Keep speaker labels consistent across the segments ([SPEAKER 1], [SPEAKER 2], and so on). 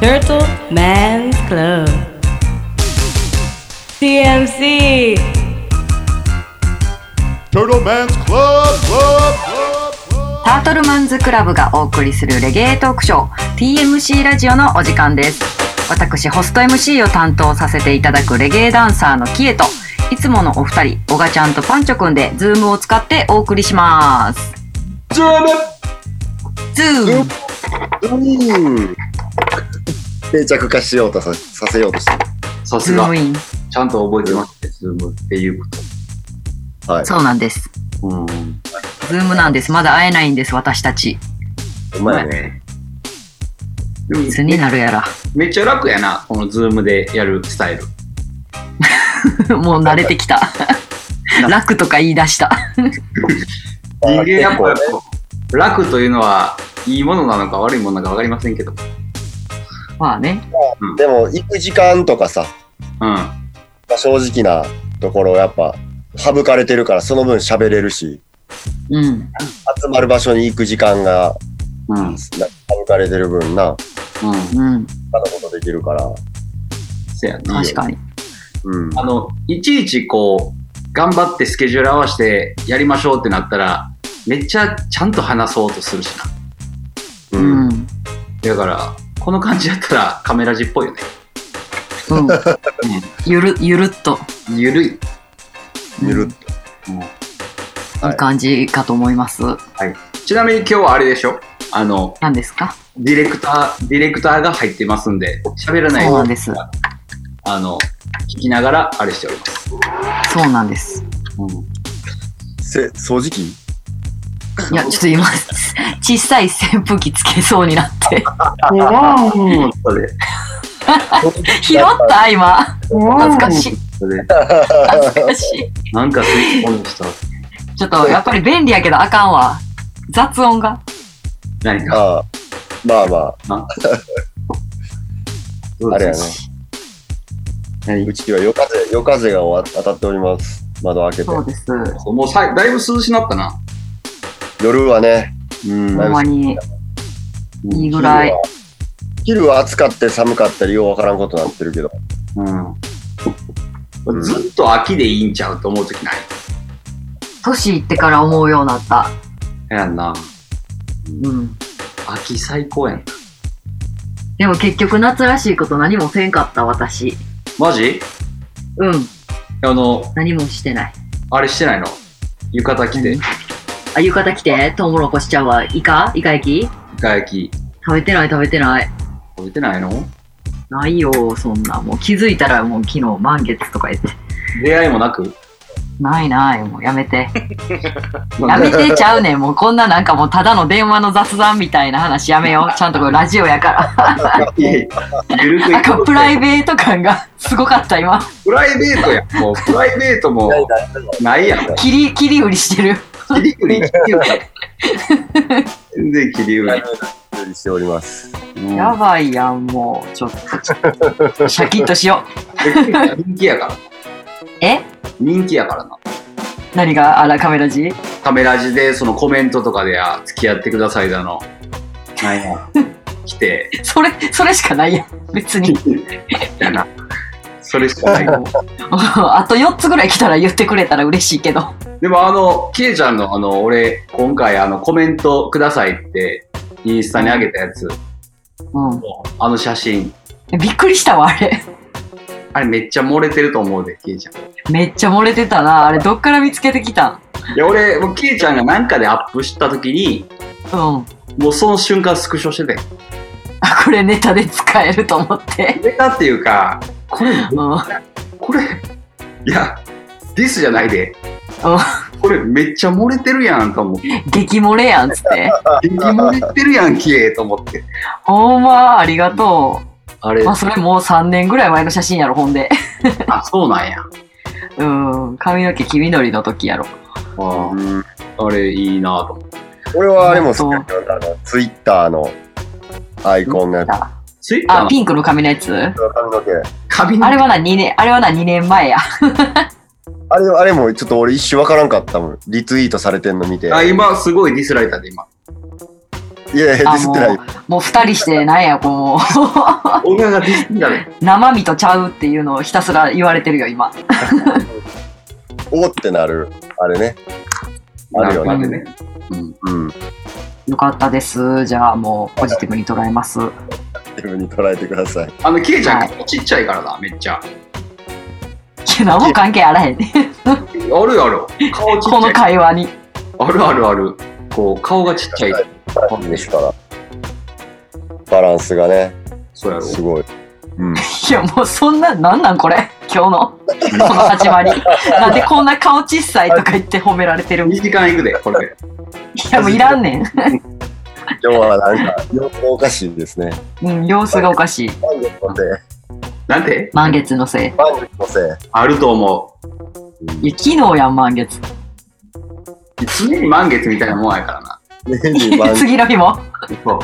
[SPEAKER 1] Turtle Man's Club TMC
[SPEAKER 2] Turtle Man's Club, Club, Club, Club.
[SPEAKER 3] タートルマンズクラブがお送りするレゲエトークショー TMC ラジオのお時間です私ホスト MC を担当させていただくレゲエダンサーのキエといつものお二人オガちゃんとパンチョくんでズームを使ってお送りしますズームズーム
[SPEAKER 4] うん。定着化しようとささせようとしてる。
[SPEAKER 5] さ
[SPEAKER 3] ズ
[SPEAKER 5] す
[SPEAKER 3] ー
[SPEAKER 5] が
[SPEAKER 3] ム。イン
[SPEAKER 5] ちゃんと覚えてますね、ズームっていうこ
[SPEAKER 4] はい。
[SPEAKER 3] そうなんです
[SPEAKER 5] と。うん。
[SPEAKER 3] ズームなんですまだ会えないんです私たち
[SPEAKER 4] うまいね。
[SPEAKER 3] いつになるやら
[SPEAKER 5] めっちゃ楽やな、このズームでやるスタイル。
[SPEAKER 3] もう慣れて きた楽とか言い出した
[SPEAKER 5] 人間や
[SPEAKER 4] あ
[SPEAKER 5] っぱ楽というのはいいものなのか悪いものなのか分かりませんけど。
[SPEAKER 3] まあね
[SPEAKER 4] でも、行く時間とかさ、
[SPEAKER 5] うん。
[SPEAKER 4] まあ正直なところやっぱ、省かれてるから、その分喋れるし、
[SPEAKER 3] うん
[SPEAKER 4] 集まる場所に行く時間が
[SPEAKER 5] うん。う
[SPEAKER 4] なんんか。省かれてる分な、
[SPEAKER 3] うん
[SPEAKER 4] 他のことできるから。
[SPEAKER 5] せやな。
[SPEAKER 3] 確かに
[SPEAKER 4] うん。
[SPEAKER 5] あの、いちいちこう、頑張ってスケジュール合わせてやりましょうってなったら、めっちゃちゃんと話そうとするしな。
[SPEAKER 4] う。
[SPEAKER 3] うんん
[SPEAKER 5] だから、この感じやったらカメラ字っぽいよね。
[SPEAKER 3] うん、ゆるゆるっと、
[SPEAKER 5] ゆるい。
[SPEAKER 4] ゆるっ
[SPEAKER 5] うん
[SPEAKER 4] と。はい
[SPEAKER 3] い感じかと思います。
[SPEAKER 5] ちなみに今日はあれでしょあの、
[SPEAKER 3] 何ですか
[SPEAKER 5] ディレクター、ディレクターが入ってますんで、喋らない
[SPEAKER 3] そう
[SPEAKER 5] よ
[SPEAKER 3] な
[SPEAKER 5] うんに
[SPEAKER 3] です。
[SPEAKER 5] あの、聞きながらあれしております。
[SPEAKER 3] そうなんです。
[SPEAKER 4] せ掃除機
[SPEAKER 3] いや、ちょっと今、 小さい扇風機つけそうになって。
[SPEAKER 5] うん。それ。
[SPEAKER 3] 拾った今。恥ずかしい。
[SPEAKER 5] それ。
[SPEAKER 3] 恥ずかしい。
[SPEAKER 5] なんかスイッチオンした。
[SPEAKER 3] ちょっと、やっぱり便利やけどあかんわ。雑音が。
[SPEAKER 5] 何か。
[SPEAKER 4] ああまあまあ、あれやね。
[SPEAKER 5] 何
[SPEAKER 4] うちは夜風、夜風がわ当たっております。窓開けて
[SPEAKER 3] そ。うです。ほ
[SPEAKER 5] もうさいだいぶ涼しなったな。
[SPEAKER 4] 夜はね、
[SPEAKER 5] うん
[SPEAKER 3] んまに、いいぐらい。
[SPEAKER 4] 昼は暑かって寒かったりようわからんことになってるけど。
[SPEAKER 5] うん。ずっと秋でいいんちゃうと思うときない。
[SPEAKER 3] 年いってから思うようになった。
[SPEAKER 5] やんな。
[SPEAKER 3] うん。
[SPEAKER 5] 秋最高やん。
[SPEAKER 3] でも結局夏らしいこと何もせんかった私。
[SPEAKER 5] マジ
[SPEAKER 3] うん。
[SPEAKER 5] あの、
[SPEAKER 3] 何もしてない。
[SPEAKER 5] あれしてないの浴衣着て、イ
[SPEAKER 3] あ、浴衣着て、トウモロコシちゃうわ。イカイカ焼き
[SPEAKER 5] カ焼き
[SPEAKER 3] 食べてない食べてない。
[SPEAKER 5] 食べてないの
[SPEAKER 3] ないよ、そんな。もう気づいたらもう昨日満月とか言って。
[SPEAKER 5] 出会いもなく
[SPEAKER 3] ないない、もうやめて。やめてちゃうねん。 もうこんななんかもうただの電話の雑談みたいな話やめ よう。ちゃんとこれラジオやから。
[SPEAKER 5] ゆるく
[SPEAKER 3] なん
[SPEAKER 5] い
[SPEAKER 3] か
[SPEAKER 5] こう
[SPEAKER 3] プライベート感がすごかった今。
[SPEAKER 5] プライベートやん もうプライベートもないやん
[SPEAKER 3] 切り、切り売りしてる。
[SPEAKER 5] 切り売り切り売り全然切り売
[SPEAKER 4] 料理しております。
[SPEAKER 5] りうん
[SPEAKER 3] やばいやん、もう。ちょっと。シャキッとしよ
[SPEAKER 5] 人気やから
[SPEAKER 3] う。え
[SPEAKER 5] 人気やからな
[SPEAKER 3] 何があら、カメラ字
[SPEAKER 5] カメラ字でそのコメントとかであ付き合ってくださいだのなんや来て
[SPEAKER 3] それ、それしかないやん。別 に。
[SPEAKER 5] やなそれしかない
[SPEAKER 3] あと4つぐらい来たら言ってくれたら嬉しいけど。
[SPEAKER 5] でもあの、ケイちゃんのあの、俺、今回あの、コメントくださいって、インスタに上げたやつ、
[SPEAKER 3] うん。
[SPEAKER 5] あの写真、
[SPEAKER 3] びっくりしたわ、あれ。
[SPEAKER 5] あれめっちゃ漏れてると思うで、ケイちゃん。
[SPEAKER 3] めっちゃ漏れてたな。あれ、どっから見つけてきた
[SPEAKER 5] いや、俺、もうケイちゃんがなんかでアップした時に、
[SPEAKER 3] んうん。
[SPEAKER 5] もうその瞬間スクショしてて。
[SPEAKER 3] あ、これネタで使えると思って。
[SPEAKER 5] ネタっていうか、これ、
[SPEAKER 3] うん。
[SPEAKER 5] これ、いや、ディスじゃないで
[SPEAKER 3] あ。
[SPEAKER 5] これめっちゃ漏れてるやんと思って。
[SPEAKER 3] 激漏れやん、つって。
[SPEAKER 5] 激漏れてるやん、ケイと思って。
[SPEAKER 3] ほんま、ありがと
[SPEAKER 5] あれ
[SPEAKER 3] う。まあ、、それもう3年ぐらい前の写真やろ、ほんで。
[SPEAKER 5] あ、そうなんや。
[SPEAKER 3] うん。髪の毛黄緑の時やろ。
[SPEAKER 5] あああれいいなと思って。
[SPEAKER 4] 俺はあれも好きだけど、あの、ツイッターのアイコンのやつ、
[SPEAKER 5] ツイッター
[SPEAKER 3] あ、
[SPEAKER 5] の
[SPEAKER 3] ピンクの髪のやつ
[SPEAKER 4] 髪の毛。
[SPEAKER 5] 髪の
[SPEAKER 3] あれはな、2年、あれはな、2年前や。
[SPEAKER 4] あれ、あれもちょっと俺一瞬わからんかったもん。リツイートされてんの見て。
[SPEAKER 5] あ、今すごいディスられたで、今。
[SPEAKER 4] いやいや、ディスってないよ。
[SPEAKER 3] もう二人してなんやこう
[SPEAKER 5] 小川がディスってたね。
[SPEAKER 3] 生身とちゃうっていうのをひたすら言われてるよ今
[SPEAKER 4] おーってなる、あれね。あるよ
[SPEAKER 5] な
[SPEAKER 4] ね。
[SPEAKER 5] んかでね。
[SPEAKER 4] うん。
[SPEAKER 3] よかったですじゃあもうポジティブに捉えます
[SPEAKER 4] 自分に捉えてください。
[SPEAKER 5] あの、キエちゃん、顔ちっちゃいからな、めっちゃ。あ
[SPEAKER 3] いや何も関係あらへんね
[SPEAKER 5] るよ、ある。顔ちっち
[SPEAKER 3] この
[SPEAKER 5] ゃい。
[SPEAKER 3] 会話に
[SPEAKER 5] あるあるある。こう、顔がちっちゃい。
[SPEAKER 4] いいですから。バランスがね、
[SPEAKER 5] そうやろ。
[SPEAKER 4] すごい。うん。
[SPEAKER 3] いやもうそんななんなんこれ今 日のこの始まりなんでこんな顔小さいとか言って褒められてるんい
[SPEAKER 5] 2時間いくで、これで。
[SPEAKER 3] やもういらんねん
[SPEAKER 4] 今日はなんか、様子おかしいですね。
[SPEAKER 3] うん、様子がおかしい。
[SPEAKER 4] 満月のせい。
[SPEAKER 5] なんて
[SPEAKER 3] 満月のせい。
[SPEAKER 4] 満月のせい。
[SPEAKER 5] あると思
[SPEAKER 3] いや、昨日やん、満月。
[SPEAKER 5] う。常に満月みたいなもんやからな。
[SPEAKER 4] 年に満月。
[SPEAKER 3] 次の日も。
[SPEAKER 5] そう。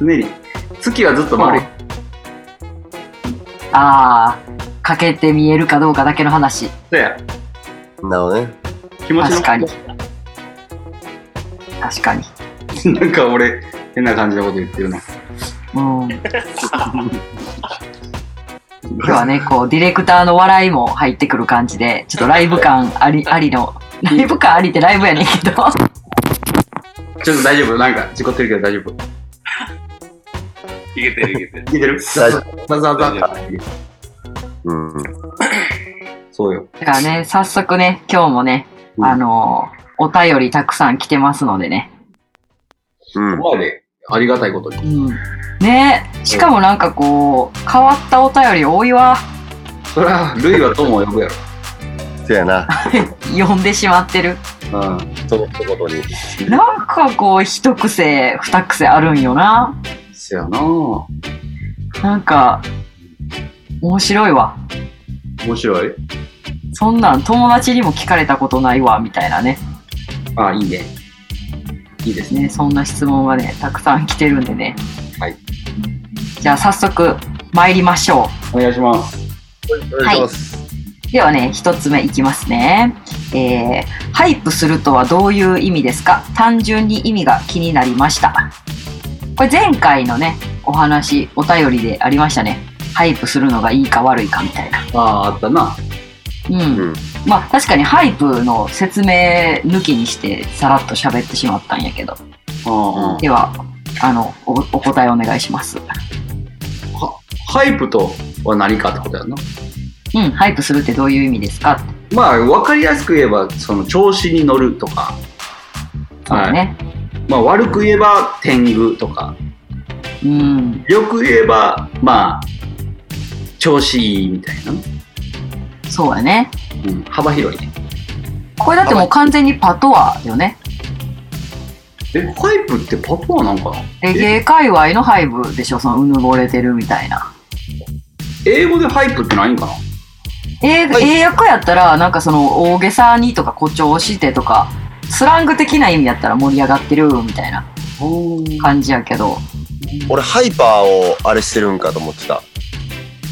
[SPEAKER 5] 常に。月はずっと丸い。
[SPEAKER 3] ああ、かけて見えるかどうかだけの話。
[SPEAKER 5] そうや。
[SPEAKER 4] なのね。
[SPEAKER 5] 気持ちの
[SPEAKER 3] 確かに。確かに。
[SPEAKER 5] なんか俺、変な感じのこと言ってるな。
[SPEAKER 3] うん。今日はね、こう、ディレクターの笑いも入ってくる感じで、ちょっとライブ感あり、ありの。ライブ感ありってライブやねんけど。
[SPEAKER 5] ちょっと大丈夫なんか、事故ってるけど大丈夫。
[SPEAKER 6] いけてるいけてる。
[SPEAKER 5] 聞いてる
[SPEAKER 4] 大丈
[SPEAKER 5] ザザザザ
[SPEAKER 4] うん。
[SPEAKER 5] そうよ。
[SPEAKER 3] だからね、早速ね、今日もね、
[SPEAKER 5] うん
[SPEAKER 3] あのお便りたくさん来てますのでね。
[SPEAKER 4] うん。
[SPEAKER 5] ここまで、ありがたいことに。
[SPEAKER 3] うん、ねしかもなんかこう変わったお便り多いわ
[SPEAKER 5] そりゃ、ルイは友を呼ぶやろ。
[SPEAKER 4] せやな。
[SPEAKER 3] 呼んでしまってる
[SPEAKER 5] うん。
[SPEAKER 4] その一言に。
[SPEAKER 3] なんかこう一癖二癖あるんよな
[SPEAKER 5] そやなぁ。
[SPEAKER 3] なんか面白いわ
[SPEAKER 5] 面白い。
[SPEAKER 3] そんなん友達にも聞かれたことないわみたいなね
[SPEAKER 5] あ、いいね。いいですね。
[SPEAKER 3] ねそんな質問がねたくさん来てるんでね
[SPEAKER 5] はい
[SPEAKER 3] じゃあ早速参りましょう
[SPEAKER 5] お願いします。
[SPEAKER 4] お願いします。
[SPEAKER 3] ではね、一つ目いきますね。えー、ハイプするとはどういう意味ですか単純に意味が気になりました。これ前回のね、お話、お便りでありましたね。ハイプするのがいいか悪いかみたいな。
[SPEAKER 5] ああ、あったな。
[SPEAKER 3] うん。
[SPEAKER 4] うん。
[SPEAKER 3] まあ確かにハイプの説明抜きにしてさらっと喋ってしまったんやけど。
[SPEAKER 5] うんうん
[SPEAKER 3] では、あの、おお答えお願いします。
[SPEAKER 5] ハイプとは何かってことやな。
[SPEAKER 3] うん、ハイプするってどういう意味ですか
[SPEAKER 5] まあ、わかりやすく言えば、その、調子に乗るとか、
[SPEAKER 3] そうだね。
[SPEAKER 5] まあ、悪く言えば、天狗とか、
[SPEAKER 3] うん。
[SPEAKER 5] よく言えば、まあ、調子いいみたいな。
[SPEAKER 3] そうやね。
[SPEAKER 5] うん、幅広いね。
[SPEAKER 3] これだってもう完全にパトワよね。
[SPEAKER 5] え、ハイプってパパはなんかな
[SPEAKER 3] レゲエ界隈のハイブでしょそのうぬぼれてるみたいな。
[SPEAKER 5] 英語でハイプってないんかな
[SPEAKER 3] 英英訳やったらなんかその大げさにとか誇張してとかスラング的な意味やったら盛り上がってるみたいな感じやけど
[SPEAKER 4] 俺、ハイパーをあれしてるんかと思ってた。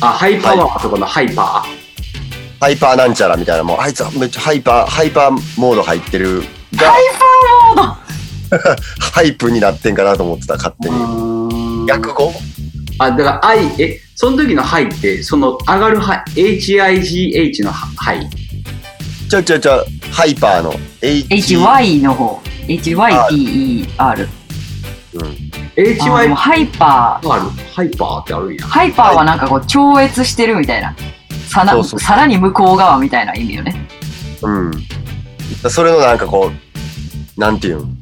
[SPEAKER 5] あ、ハイパワーとかのハイパ
[SPEAKER 4] ハイパーなんちゃらみたいな、もう、あいつはめっちゃハイパー、ハイパーモード入ってるが、ハイプになってんかなと思ってた、勝手
[SPEAKER 5] ー
[SPEAKER 4] に。
[SPEAKER 5] うん
[SPEAKER 4] 逆語
[SPEAKER 5] あ、だから、I、え、その時のハイって、その上がるハイ、HIGH のハハイ。
[SPEAKER 4] ちょちょちょ、ハイパーの H。
[SPEAKER 3] HY の方 HYPER
[SPEAKER 5] HY
[SPEAKER 3] あもうハイパ
[SPEAKER 5] ある。ハイパーってあるんや
[SPEAKER 3] ー。ハイパーはなんかこう超越してるみたいなさな
[SPEAKER 4] そうそう
[SPEAKER 3] さらに向こう側みたいな意味よね
[SPEAKER 4] うん。それのなんかこう、なんていうん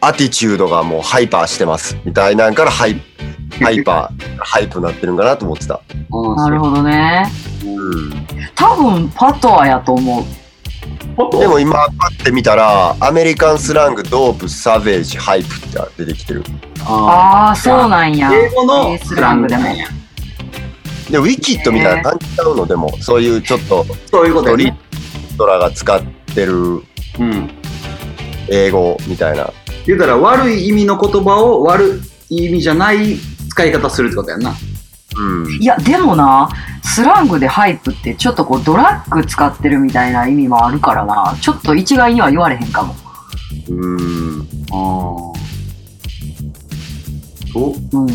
[SPEAKER 4] アティチュードがもうハイパーしてます。みたいなんからハイ、ハイパー、ハイプになってるんかなと思ってた。
[SPEAKER 3] なるほどね
[SPEAKER 4] うん。
[SPEAKER 3] 多分パトワやと思う
[SPEAKER 5] ほど
[SPEAKER 4] でも今、パって見たら、アメリカンスラング、ドープ、サベージ、ハイプって出てきてる。
[SPEAKER 5] あ
[SPEAKER 3] ああそうなん
[SPEAKER 5] ー
[SPEAKER 3] や
[SPEAKER 5] 英語の
[SPEAKER 3] 英
[SPEAKER 5] ス
[SPEAKER 3] ス
[SPEAKER 5] ラ
[SPEAKER 3] ラ
[SPEAKER 5] ン
[SPEAKER 3] ング
[SPEAKER 5] グで
[SPEAKER 3] で
[SPEAKER 5] も
[SPEAKER 3] も。
[SPEAKER 4] で、ウィキッドみたいな感じちゃうのでも、そういうちょっと
[SPEAKER 5] そういうこと
[SPEAKER 4] ド
[SPEAKER 5] や
[SPEAKER 4] リ
[SPEAKER 5] ね。
[SPEAKER 4] ットラが使ってる
[SPEAKER 5] うん。
[SPEAKER 4] 英語みたいな。
[SPEAKER 5] 言うたら、悪い意味の言葉を悪い意味じゃない使い方するってことやんな。
[SPEAKER 4] うん。
[SPEAKER 3] いや、でもな、スラングでハイプって、ちょっとこう、ドラッグ使ってるみたいな意味もあるからな、ちょっと一概には言われへんかも。
[SPEAKER 4] うん。
[SPEAKER 5] あお
[SPEAKER 3] うん。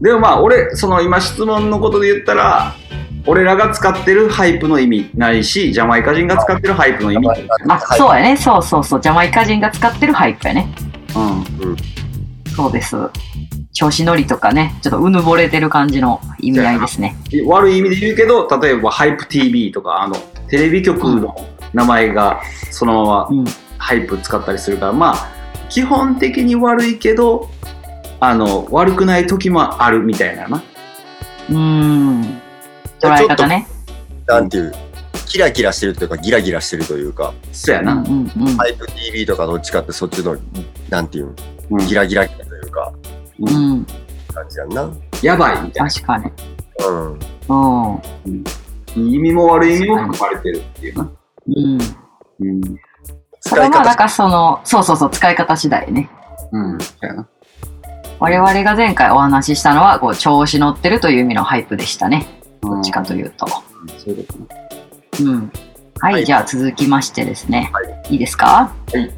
[SPEAKER 5] でもまあ俺その今質問のことで言ったら俺らが使ってるハイプの意味ないしジャマイカ人が使ってるハイプの意味ない
[SPEAKER 3] まあ、そうやね。そうそうそう。ジャマイカ人が使ってるハイプやね。
[SPEAKER 5] うん
[SPEAKER 3] そうです。調子乗りとかね、ちょっとうぬぼれてる感じの意味合いですね。
[SPEAKER 5] 悪い意味で言うけど例えばハイプ TV とかあのテレビ局の名前がそのまま
[SPEAKER 3] うん。
[SPEAKER 5] ハイプ使ったりするからまあ基本的に悪いけどあの悪くない時もあるみたいなな
[SPEAKER 3] うん。捉え方ね。
[SPEAKER 4] なんていう、キラキラしてるというか、ギラギラしてるというか、
[SPEAKER 5] そうや
[SPEAKER 3] うん
[SPEAKER 5] な、
[SPEAKER 3] うんうん。
[SPEAKER 4] ハイプ TV とかどっちかってそっちの、なんていう、
[SPEAKER 5] うん
[SPEAKER 4] ギラギラというか、
[SPEAKER 3] うん。
[SPEAKER 4] 感じやんな。うん。
[SPEAKER 5] やばいみたい
[SPEAKER 3] 確かに。
[SPEAKER 4] う
[SPEAKER 3] うん。う
[SPEAKER 5] ないい意味も悪い意味も含まれてるっていうな、
[SPEAKER 3] ん。
[SPEAKER 5] うん
[SPEAKER 3] それ
[SPEAKER 4] 使い
[SPEAKER 3] は
[SPEAKER 4] 方
[SPEAKER 3] なんかその、そうそうそう、使い方次第ね。
[SPEAKER 5] うん、そうやな
[SPEAKER 3] 我々が前回お話ししたのは、こう、調子乗ってるという意味のハイプでしたね。どっちかというと。
[SPEAKER 5] そういうことね
[SPEAKER 3] うん。はい、
[SPEAKER 4] はい
[SPEAKER 3] じゃあ続きましてですね。、
[SPEAKER 4] はい
[SPEAKER 3] いですか
[SPEAKER 4] いはい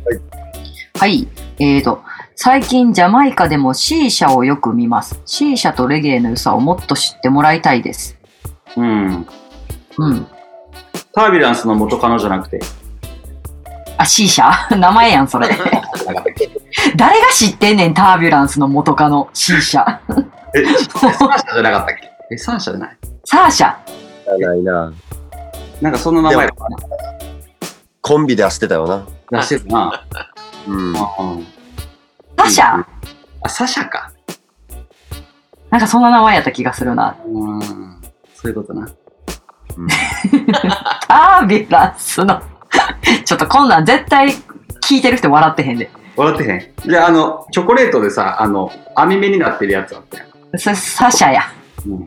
[SPEAKER 3] はい。えーと、最近ジャマイカでも C 社をよく見ます。C 社とレゲエの良さをもっと知ってもらいたいです。
[SPEAKER 5] うん。
[SPEAKER 3] うん。
[SPEAKER 5] タービュランスの元カノじゃなく て、
[SPEAKER 3] あ、C 社 名前やん、それ。誰が知ってんねん、タービュランスの元カノ、C 社。
[SPEAKER 5] え、三社じゃなかったっけえ、三社じゃない
[SPEAKER 3] サーシャ。
[SPEAKER 4] ん。じゃないな。
[SPEAKER 5] なんかその名前だった
[SPEAKER 4] コンビで走ってたよな。
[SPEAKER 5] な出してるな。
[SPEAKER 4] うん。
[SPEAKER 5] うん
[SPEAKER 3] サシャ
[SPEAKER 5] あ、サシャか。
[SPEAKER 3] なんかそんな名前やった気がするな。
[SPEAKER 5] うん。そういうことな。
[SPEAKER 3] タービュランスの。 ちょっとこんなん絶対聞いてる人笑ってへんで。
[SPEAKER 5] 笑ってへん。じゃあ、あの、チョコレートでさ、あの、網目になってるやつあったやん。
[SPEAKER 3] そサシャや。
[SPEAKER 5] うん。
[SPEAKER 3] い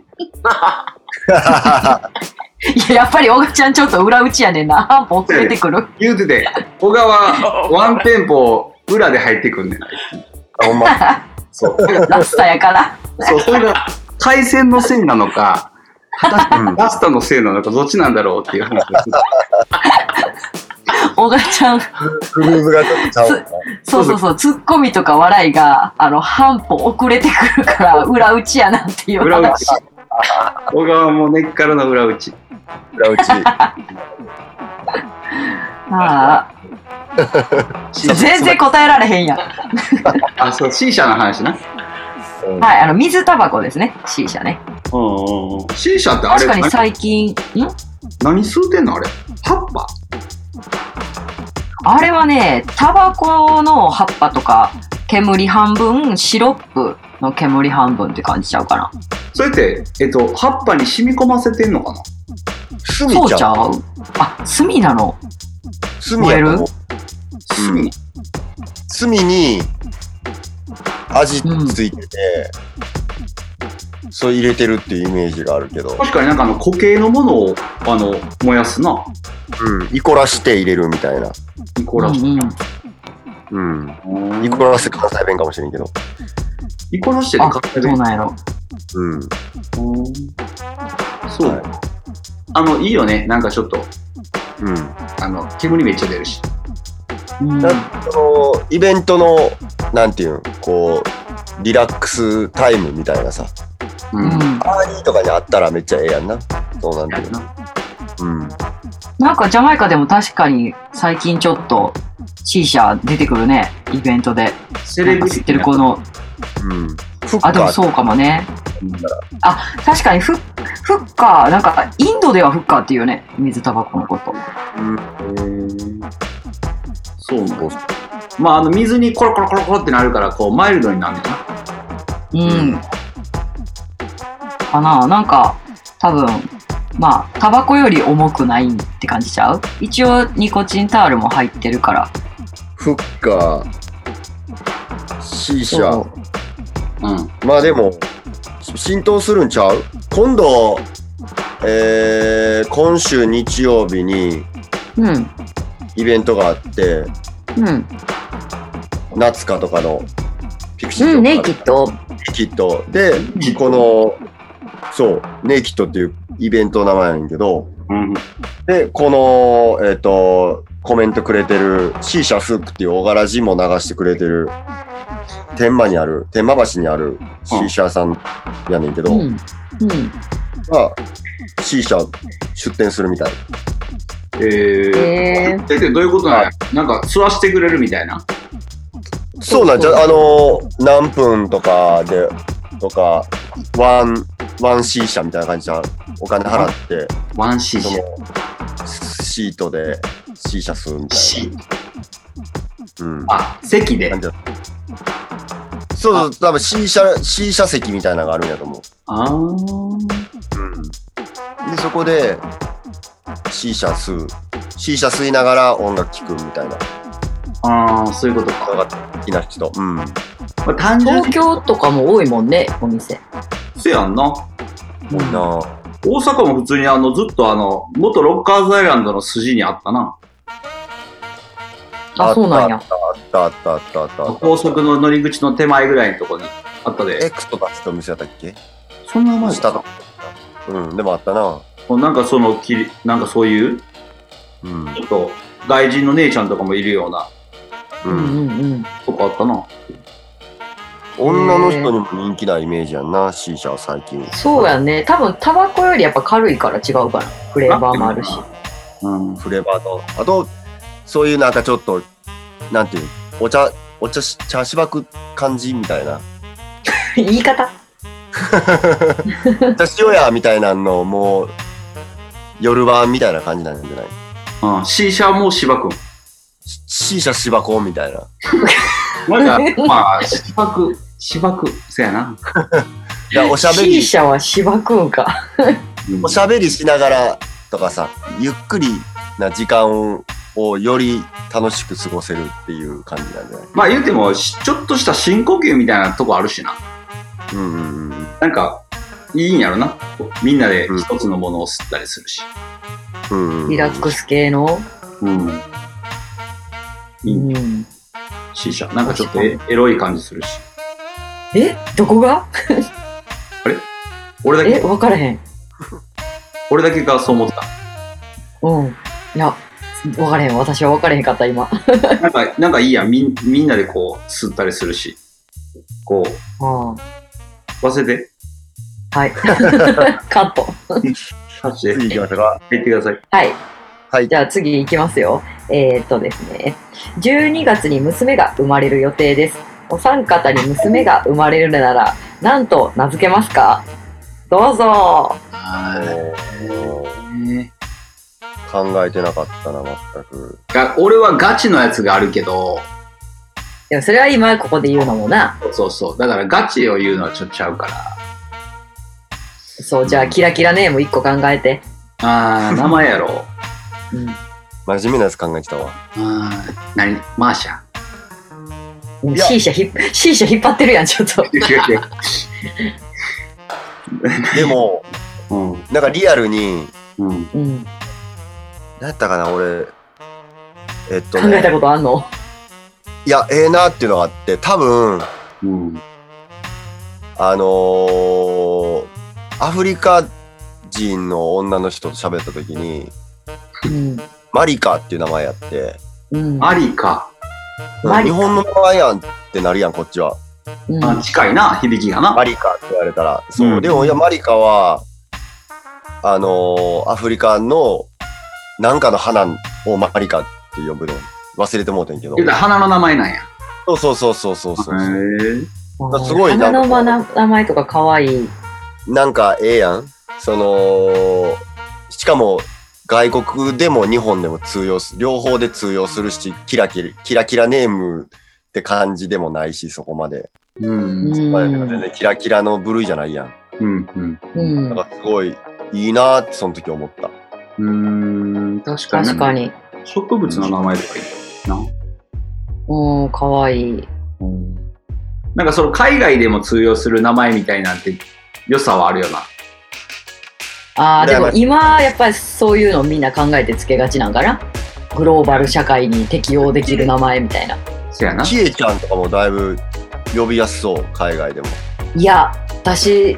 [SPEAKER 3] や、やっぱり、小川ちゃんちょっと裏打ちやねんな。半歩遅れてくる。
[SPEAKER 5] 言うてて、小 川、ワンテンポ裏で入ってくんねんな。
[SPEAKER 4] あほんま。そう。
[SPEAKER 3] ラスタやから。
[SPEAKER 5] そう、それが、回線のせいなのか、
[SPEAKER 4] うん
[SPEAKER 5] ラスタのせいなのか、どっちなんだろうっていう話をしてた
[SPEAKER 3] 小川ちゃん、
[SPEAKER 4] クルーズがちょっとちゃうもんな。
[SPEAKER 3] そうそうそう、ツッコミとか笑いが、あの、半歩遅れてくるから、裏打ちやなっていう
[SPEAKER 5] 裏
[SPEAKER 3] 話。
[SPEAKER 5] 打ち。小川も根っからの裏打ち。
[SPEAKER 4] 裏打ち。
[SPEAKER 3] ああ全然答えられへんやん。は
[SPEAKER 5] あ、そう、C 社の話な。
[SPEAKER 4] うん
[SPEAKER 3] い、あの、水タバコですね。C 社ね。
[SPEAKER 5] うんうんうん。C 社ってあれ
[SPEAKER 3] 確かに最近、ん
[SPEAKER 5] 何何吸うてんのあれ。葉っぱ
[SPEAKER 3] あれはね、タバコの葉っぱとか、煙半分、シロップの煙半分って感じちゃうかな。
[SPEAKER 5] それって、えっと、葉っぱに染み込ませてんのかな
[SPEAKER 4] スミ
[SPEAKER 3] そう
[SPEAKER 4] ち
[SPEAKER 3] ちゃ
[SPEAKER 4] ゃん。
[SPEAKER 3] うあ、炭なの
[SPEAKER 4] スミやと思う。
[SPEAKER 5] 炭、
[SPEAKER 4] うんスミに味ついてて、そう入れてるっていうイメージがあるけど、
[SPEAKER 5] 確かになんかあの固形のものを、あの、燃やすな。
[SPEAKER 4] うん、イコラして入れるみたいな。
[SPEAKER 5] イコラス。
[SPEAKER 3] うんうん、
[SPEAKER 4] うん。
[SPEAKER 5] うん
[SPEAKER 4] イコラスって関西弁かもしれんけど。
[SPEAKER 5] イコラしてて
[SPEAKER 3] あ
[SPEAKER 5] 買って
[SPEAKER 3] ど
[SPEAKER 5] る
[SPEAKER 3] う。なんやろ
[SPEAKER 4] うん。
[SPEAKER 5] うんそう、
[SPEAKER 4] はい
[SPEAKER 5] あの、いいよね。なんかちょっと、
[SPEAKER 4] うん。
[SPEAKER 5] あの、煙めっちゃ出るし。
[SPEAKER 3] うん
[SPEAKER 4] だその、イベントの、なんていうん、こう、リラックスタイムみたいなさ、
[SPEAKER 5] う
[SPEAKER 3] うん
[SPEAKER 5] や
[SPEAKER 4] パーティーとかにあったらめっちゃええやんな。そうなんていうの。
[SPEAKER 5] な
[SPEAKER 4] うん。
[SPEAKER 3] なんかジャマイカでも確かに最近ちょっと C 社出てくるねイベントで
[SPEAKER 5] セレ
[SPEAKER 3] な
[SPEAKER 5] ブ
[SPEAKER 3] んか知ってる子の
[SPEAKER 4] うん。フッカ
[SPEAKER 3] あでも
[SPEAKER 4] ー
[SPEAKER 3] そうかもねあ確かにフッフッカーなんかインドではフッカーっていうよね水タバコのこと
[SPEAKER 5] そうなんやまあ、あの、水にコロコロコロコロってなるから、こう、マイルドになるんだよな。
[SPEAKER 3] うん、
[SPEAKER 4] うん
[SPEAKER 3] かななんか多分まあタバコより重くないって感じちゃう一応ニコチンタールも入ってるから
[SPEAKER 4] フッカー、シーシャ
[SPEAKER 3] そう
[SPEAKER 5] うん。
[SPEAKER 4] まあでも、浸透するんちゃう今度、えー今週日曜日に
[SPEAKER 3] うん
[SPEAKER 4] イベントがあって、
[SPEAKER 3] うん
[SPEAKER 4] 夏かとかのピクシー
[SPEAKER 3] う
[SPEAKER 4] と
[SPEAKER 3] ん
[SPEAKER 4] か
[SPEAKER 3] ねきっと
[SPEAKER 4] ネイキッド。で、この、そう、ネイキッドっていうイベントの名前やねんけど、
[SPEAKER 5] うん。
[SPEAKER 4] で、この、えっ、と、コメントくれてる、シーシャフックっていう小柄ジも流してくれてる、天満にある、天満橋にあるシーシャ屋さんやねんけど、
[SPEAKER 7] うん。
[SPEAKER 4] ま
[SPEAKER 7] うん。
[SPEAKER 4] あ、シーシャ出店するみたい。
[SPEAKER 5] えー、
[SPEAKER 7] え
[SPEAKER 5] えってどういうことなんやなんか吸わしてくれるみたいな。
[SPEAKER 4] そうなんじゃ、あのー何分とかで、とか、ワン、ワンシーシャみたいな感じじゃん。お金払って、
[SPEAKER 5] ワンシー
[SPEAKER 4] そ
[SPEAKER 5] シー。
[SPEAKER 4] の、シートでシーシャするみた
[SPEAKER 5] シ
[SPEAKER 4] い
[SPEAKER 5] ー
[SPEAKER 4] な。うん。
[SPEAKER 5] あ、席で
[SPEAKER 4] なん。ていうのそうそう、多分 C 社、C 社席みたいなのがあるんやと思う。
[SPEAKER 5] あー
[SPEAKER 4] で、そこで C 社吸う。C 社吸いながら音楽聴くみたいな。
[SPEAKER 5] あー、そういうこと
[SPEAKER 4] 音
[SPEAKER 5] か。
[SPEAKER 4] 楽好きな人。うん。
[SPEAKER 5] まあ、単純に
[SPEAKER 3] 東京とかも多いもんね、お店。
[SPEAKER 5] せやんな。
[SPEAKER 3] うん
[SPEAKER 4] なあ。
[SPEAKER 5] 大阪も普通にあの、ずっとあの、元ロッカーズアイランドの筋にあったな。
[SPEAKER 3] あ、そうなん
[SPEAKER 4] あっ
[SPEAKER 3] や。
[SPEAKER 4] たあったあったあったあった。
[SPEAKER 5] 高速の乗り口の手前ぐらいのとこにあったで。
[SPEAKER 4] エクスとかって店やったっけ
[SPEAKER 5] そんな前
[SPEAKER 4] 下とか。うん、でもあったな。
[SPEAKER 5] なんかその、きりなんかそういう、
[SPEAKER 4] うん。
[SPEAKER 5] ちょっと外人の姉ちゃんとかもいるような
[SPEAKER 4] う
[SPEAKER 3] うん
[SPEAKER 4] ん。
[SPEAKER 3] うんうん。
[SPEAKER 5] とこあったな。
[SPEAKER 4] 女の人にも人気なイメージやんな、C 社は最近。
[SPEAKER 3] そうやね。多分、タバコよりやっぱ軽いから違うかな。フレーバーもあるし。
[SPEAKER 5] うん。
[SPEAKER 4] フレーバーと。あと、そういうなんかちょっと、なんていう、お茶、お茶し、茶しばく感じみた いな。
[SPEAKER 3] 言い方
[SPEAKER 4] 茶しよやみたいなの、もう、夜晩みたいな感じなんじゃない
[SPEAKER 5] うん、シーシャも芝 君。
[SPEAKER 4] シーシャしばこうみたいな。
[SPEAKER 5] なんか、まあ、芝く、芝く、そやな。
[SPEAKER 4] いやおしゃべ
[SPEAKER 3] C
[SPEAKER 4] り、
[SPEAKER 3] 社は芝くんか。
[SPEAKER 4] おしゃべりしながらとかさ、ゆっくりな時間をより楽しく過ごせるっていう感じなんじゃない
[SPEAKER 5] まあ言うても、しちょっとした深呼吸みたいなとこあるしな。
[SPEAKER 4] うんうんうん。
[SPEAKER 5] なんか、いいんやろな。みんなで一つのものを吸ったりするし。
[SPEAKER 4] うんうんうん
[SPEAKER 3] リラックス系の。
[SPEAKER 5] うん。いういね、
[SPEAKER 3] ん。
[SPEAKER 5] シーシャ。なんかちょっとエエロい感じするし。
[SPEAKER 3] えどこが
[SPEAKER 5] 俺だ
[SPEAKER 3] え
[SPEAKER 5] け、
[SPEAKER 3] 分からへん。
[SPEAKER 5] 俺だけがそう思って
[SPEAKER 3] うん。いや、分からへん。私は分からへんかった、今。
[SPEAKER 5] た。なんか、なんかいいやん。みん、みんなでこう、吸ったりするし。こう、
[SPEAKER 3] うん
[SPEAKER 5] 忘れて。
[SPEAKER 3] はい。カット。
[SPEAKER 5] タッチで。
[SPEAKER 4] 次行きましょうか。
[SPEAKER 5] 入ってください。
[SPEAKER 3] はい。
[SPEAKER 4] はい
[SPEAKER 3] じ。ゃあ次いきますよ。えーっとですね。12月に娘が生まれる予定です。お三方に娘が生まれるなら、なんと名付けますかどうぞ
[SPEAKER 4] おー
[SPEAKER 5] ね
[SPEAKER 4] 考えてなかったな、全く。
[SPEAKER 5] が俺はガチのやつがあるけど、
[SPEAKER 3] でもそれは今ここで言うのもな。
[SPEAKER 5] そうそう。だからガチを言うのはちょっとちゃうから。
[SPEAKER 3] そう、じゃあキラキラネーム1個考えて。
[SPEAKER 5] あ ー、名前やろ。
[SPEAKER 3] うん。
[SPEAKER 4] 真面目なやつ考えてたわ。
[SPEAKER 5] あー、何マーシャ。
[SPEAKER 3] うん
[SPEAKER 4] いや
[SPEAKER 3] C 社ひっ、C 社引っ張ってるやん、ちょっと。
[SPEAKER 4] でも、
[SPEAKER 5] うん。
[SPEAKER 4] なんかリアルに、
[SPEAKER 5] うん。
[SPEAKER 3] うん。
[SPEAKER 4] 何やったかな、俺、えっと、
[SPEAKER 3] 考
[SPEAKER 4] ね、
[SPEAKER 3] えたことあんの
[SPEAKER 4] いや、ええなっていうのがあって、多分、
[SPEAKER 5] うん。
[SPEAKER 4] あのーアフリカ人の女の人と喋った時に、
[SPEAKER 3] うん。
[SPEAKER 4] マリカっていう名前やって、
[SPEAKER 3] うん。
[SPEAKER 5] ありか。
[SPEAKER 3] マリ
[SPEAKER 4] 日
[SPEAKER 3] カ
[SPEAKER 4] 本の名前やんってなるやん、こっちは。
[SPEAKER 3] うん
[SPEAKER 5] あ近いな、響きがな。
[SPEAKER 4] マリカって言われたら。そう。
[SPEAKER 5] うん
[SPEAKER 4] でも、いや、マリカは、あのーアフリカの、なんかの花をマリカって呼ぶの。忘れてもうてんけど。
[SPEAKER 5] 言うたら花の名前なんや。
[SPEAKER 4] そうそうそうそうそうそう。
[SPEAKER 5] へ
[SPEAKER 4] あすごいな
[SPEAKER 3] 花の名名前とか可愛い
[SPEAKER 4] なんかええやん。その、しかも外国でも日本でも通用す、両方で通用するし、キラキラ、キラキラネームって感じでもないし、そこまで。
[SPEAKER 5] え。うん。
[SPEAKER 3] う
[SPEAKER 4] まあ
[SPEAKER 3] ん
[SPEAKER 4] 全然キラキラの部類じゃないやん。
[SPEAKER 5] うん。
[SPEAKER 3] うん
[SPEAKER 4] だからすごいいいなーってその時思った。
[SPEAKER 5] うん。うん。確かに。
[SPEAKER 3] 確かに。
[SPEAKER 5] 植物の名前とかいいな。
[SPEAKER 3] うん、かわいい。
[SPEAKER 5] うん。なんかその海外でも通用する名前みたいなんて良さはあるよな。
[SPEAKER 3] ああ、で
[SPEAKER 4] 羨
[SPEAKER 3] も
[SPEAKER 4] まし
[SPEAKER 3] 今、やっぱりそういうのみんな考えてつけがちなんかな。グローバル社会に適応できる名前みたいな。
[SPEAKER 5] せやな。
[SPEAKER 4] キエちゃんとかもだいぶ呼びやすそう、海外でも。
[SPEAKER 3] いや、私、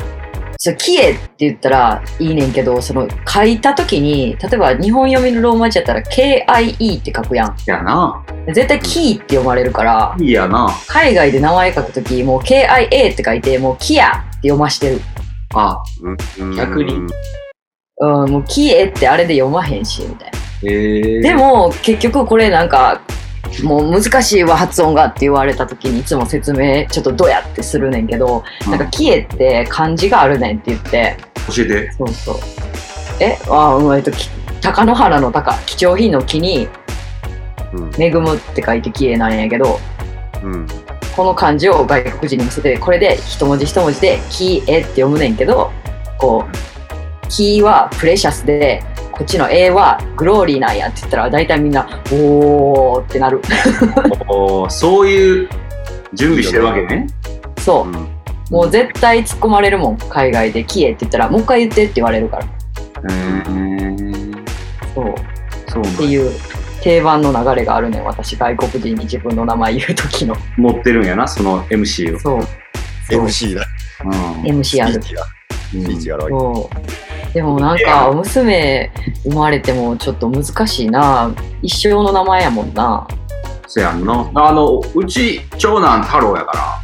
[SPEAKER 3] ちょ、キエって言ったらいいねんけど、その書いた時に、例えば日本読みのローマ字やったら KIE って書くやん。
[SPEAKER 5] やな。
[SPEAKER 3] 絶対キーって読まれるから、
[SPEAKER 5] いいやな。
[SPEAKER 3] 海外で名前書く時、もう KIA って書いて、もうキアって読ましてる。
[SPEAKER 5] あ、
[SPEAKER 4] うん
[SPEAKER 5] 逆に
[SPEAKER 3] うん、もうキエってあれで読まへんし、みたいな。
[SPEAKER 5] へえ。
[SPEAKER 3] で、も、結局これなんか、もう難しいわ、発音がって言われた時にいつも説明、ちょっとどやってするねんけど、なんかキエって漢字があるねんって言って、
[SPEAKER 5] 教えて。
[SPEAKER 3] そうそう。え、あ、うんえっと、き貴乃花の貴、貴重品の木に、
[SPEAKER 4] うん
[SPEAKER 3] 恵むって書いて綺麗なんやけど、
[SPEAKER 4] うん
[SPEAKER 3] この漢字を外国人に見せて、これで一文字一文字で、キエって読むねんけど、こう、キーはプレシャスで、こっちの A はグローリーなんやって言ったら、大体みんな、おーってなる。
[SPEAKER 5] おーそういう準備してるわけね。
[SPEAKER 3] そうう。
[SPEAKER 4] ん
[SPEAKER 3] もう絶対突っ込まれるもん、海外で、キエって言ったら、もう一回言ってって言われるから。
[SPEAKER 5] うん。
[SPEAKER 3] そう。
[SPEAKER 5] そうなん
[SPEAKER 3] っていう定番の流れがあるねん私外国人に自分の名前言う時の
[SPEAKER 5] 持ってるんやな、その MC を。
[SPEAKER 3] そう
[SPEAKER 4] MC だ。
[SPEAKER 5] う
[SPEAKER 3] MC ある
[SPEAKER 4] MC だ。
[SPEAKER 5] ん。
[SPEAKER 4] MC やろ。
[SPEAKER 3] そうでもなんか娘生まれてもちょっと難しいな一生の名前やもんな
[SPEAKER 5] そやんな。あの、うち、長男太郎やか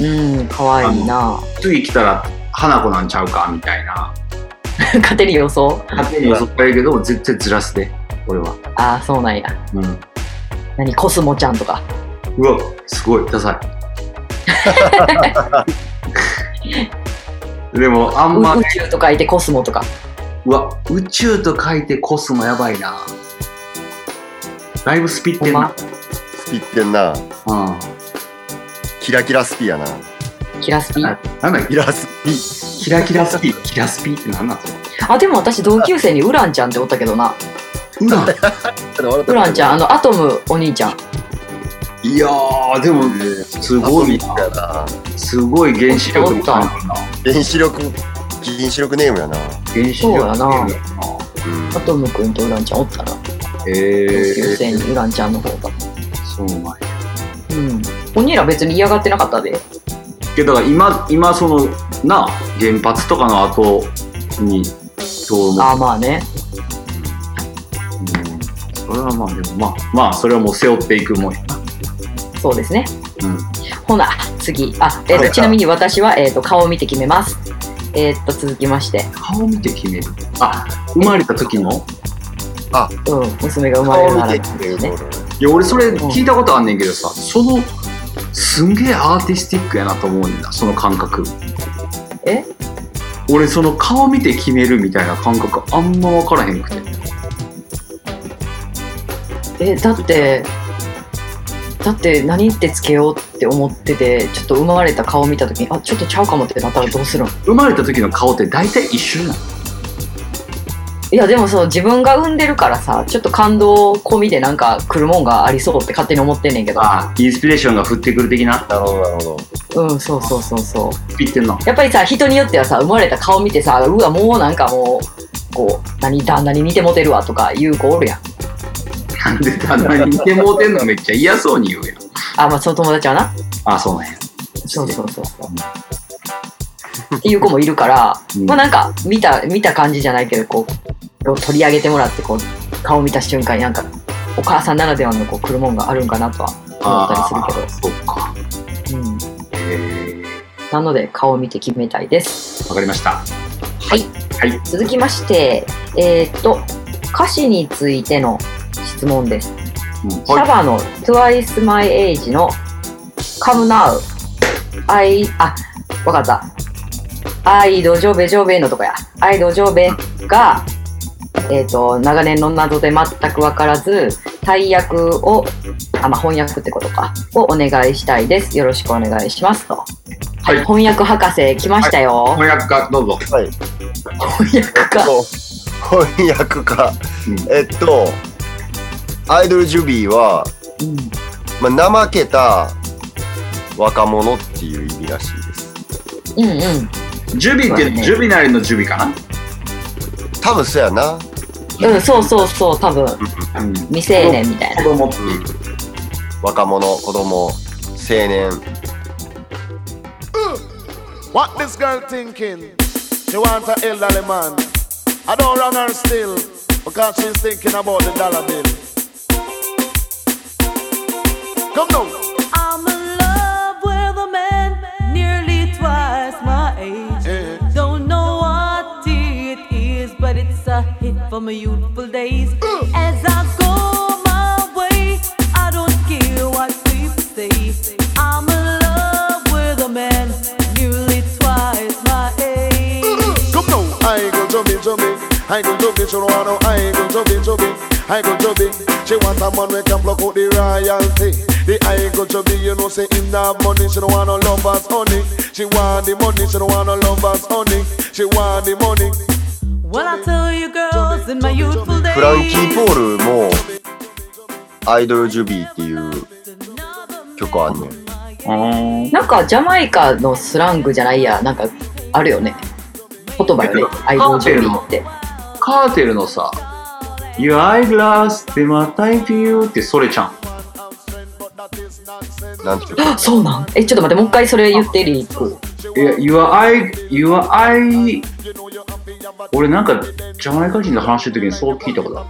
[SPEAKER 3] うん可愛いな
[SPEAKER 5] ら、次来たら花子なんちゃうか、みたいな。
[SPEAKER 3] 勝手に予想
[SPEAKER 5] 勝手に予想されるけど、絶対ずらすで、俺は。
[SPEAKER 3] ああそうなんや
[SPEAKER 5] うん。
[SPEAKER 3] 何コスモちゃんとか
[SPEAKER 5] うわ、すごい、ダサ い。でも、あ
[SPEAKER 3] うん
[SPEAKER 5] ま
[SPEAKER 3] 宇、宙と書いてコスモとか
[SPEAKER 5] うわ、宇宙と書いてコスもやばいな。だいぶスピってんな。
[SPEAKER 4] スピってんな。
[SPEAKER 5] うん。
[SPEAKER 4] キラキラスピやな。
[SPEAKER 3] キラスピ
[SPEAKER 5] あなんだっけ
[SPEAKER 4] キラスピ。
[SPEAKER 5] キラキラスピ、キラスピってなんなんそれ。
[SPEAKER 3] あでも私同級生にウランちゃんっておったけどな
[SPEAKER 5] うわ
[SPEAKER 3] ウランちゃんあのアトムお兄ちゃん
[SPEAKER 5] いやー、でも、す
[SPEAKER 4] あそ
[SPEAKER 5] ご
[SPEAKER 4] うみ
[SPEAKER 5] い
[SPEAKER 4] た
[SPEAKER 5] な。
[SPEAKER 4] いな。
[SPEAKER 5] すごい原子力
[SPEAKER 3] おったおっ
[SPEAKER 4] 原子力、原子力ネームやな。
[SPEAKER 5] 原子
[SPEAKER 3] そうや
[SPEAKER 5] 力
[SPEAKER 3] な
[SPEAKER 4] うん
[SPEAKER 3] アトム君とウランちゃんおったな
[SPEAKER 5] へ
[SPEAKER 3] 同級生
[SPEAKER 5] え
[SPEAKER 3] にウランちゃんの方が
[SPEAKER 5] そうなんや
[SPEAKER 3] うんお兄ら別に嫌がってなかったで
[SPEAKER 5] けどだから今今そのな原発とかの後にそう思う
[SPEAKER 3] ああまあね
[SPEAKER 5] うんそれはまあでもまあまあそれはもう背負っていくもんやな
[SPEAKER 3] そうですね
[SPEAKER 5] うん
[SPEAKER 3] ほな次あ、えー
[SPEAKER 4] はい
[SPEAKER 3] とちなみに私は、えー、と顔を見て決めますえー、っと続きまして、
[SPEAKER 5] 顔見て決めるあ生まれた時の
[SPEAKER 3] うん、娘が生まれ
[SPEAKER 4] 顔
[SPEAKER 3] るな
[SPEAKER 4] 見て
[SPEAKER 3] ら
[SPEAKER 4] きてる
[SPEAKER 5] いや俺それ聞いたことあんねんけどさそのすんげえアーティスティックやなと思うんだその感覚
[SPEAKER 3] え
[SPEAKER 5] 俺その顔見て決めるみたいな感覚あんま分からへんくて
[SPEAKER 3] えだってだって何ってつけようって思っててちょっと生まれた顔見た時にあちょっとちゃうかもってなったらどうするん
[SPEAKER 5] 生まれた時の顔って大体一緒なの
[SPEAKER 3] いやでもそう自分が産んでるからさちょっと感動込みでなんか来るもんがありそうって勝手に思ってんねんけど
[SPEAKER 5] あインスピレーションが降ってくる的
[SPEAKER 4] な
[SPEAKER 5] な
[SPEAKER 4] るほど、なるほど。
[SPEAKER 3] うんそうそうそうそう
[SPEAKER 5] 言ってんな
[SPEAKER 3] やっぱりさ人によってはさ生まれた顔見てさうわもうなんかもうこう何旦那に似てモテるわとかいう子おるやん
[SPEAKER 5] なんであんなに似てもうてんのめっちゃ嫌そうに言うやん
[SPEAKER 3] あまあその友達はな
[SPEAKER 5] あそうなんや
[SPEAKER 3] そうそうそうそうっていう子もいるから、まあなんか見た見た感じじゃないけどこう取り上げてもらってこう顔見た瞬間になんかお母さんならではのこう来るもんがあるんかなとは思ったりす
[SPEAKER 5] そっか
[SPEAKER 3] るけど、うん、
[SPEAKER 5] え
[SPEAKER 3] なので顔を見て決めたいです
[SPEAKER 5] ー、わかりました
[SPEAKER 3] 続きまして、えーっと、歌詞についての質問です。
[SPEAKER 5] うん
[SPEAKER 3] シャバの Twice My Age の Come Now I あ、わかった。愛ドジョベジョベのとこや。愛ドジョベが、えーっと、長年の謎で全くわからず、大役を、あ、まあ、翻訳ってことか、をお願いしたいです。よろしくお願いしますと。
[SPEAKER 5] はい
[SPEAKER 3] 翻訳博士来ましたよ。
[SPEAKER 5] 翻訳家どうぞ
[SPEAKER 4] はい。
[SPEAKER 3] 翻訳家。
[SPEAKER 4] そう翻訳家
[SPEAKER 5] うん
[SPEAKER 4] えっとアイドルジュビーは、
[SPEAKER 3] うん
[SPEAKER 4] まあ、怠けた若者っていう意味らしいです
[SPEAKER 3] うんうん。
[SPEAKER 5] ジュビっていうのはジュビなりのジュビか
[SPEAKER 4] 多分そうやな
[SPEAKER 3] うん、そうそうそう、多分
[SPEAKER 5] な、うん、
[SPEAKER 3] 未成年みたい
[SPEAKER 5] 子
[SPEAKER 3] な。
[SPEAKER 5] 供っていう
[SPEAKER 4] 若者子供青年
[SPEAKER 8] What this girl thinking? She wants an elderly man. I don't run her still because she's thinking about the dollar bill. Come now.
[SPEAKER 1] I'm in love with a man nearly twice my age.
[SPEAKER 8] Eh.
[SPEAKER 1] Don't know what it is, but it's a hit for my youthful days. As I go my way, I don't care what people say. I'm in love with a man nearly twice my age.
[SPEAKER 8] Come now, I go jumping, jumping. I go jumping, she don't want no. I go jumping, jumping. I go jumping. She want a man who can block out the royalty. The I go jumping, you know, say in that money. She don't want no lovers, honey. She want the money. She don't want no lovers, honey. She want the money.
[SPEAKER 1] Well, I tell you, girls, in my youthful days.
[SPEAKER 4] フランキー・ポールも「アイドル・ジュビー」っていう曲あんねん
[SPEAKER 5] うん。
[SPEAKER 3] なんかジャマイカのスラングじゃないや、なんかあるよね。言葉よね
[SPEAKER 5] えっ。と
[SPEAKER 3] アイドルジョビーって。
[SPEAKER 5] カーテルのさ、Your eyeglass, they my type you ってそれちゃん。
[SPEAKER 4] なんていう
[SPEAKER 3] あ、そうなんえ、ちょっと待って、もう一回それ言ってリーク。
[SPEAKER 5] いや、Your eye, Your eye 俺なんかジャマイカ人と話してる時にそう聞いたことあ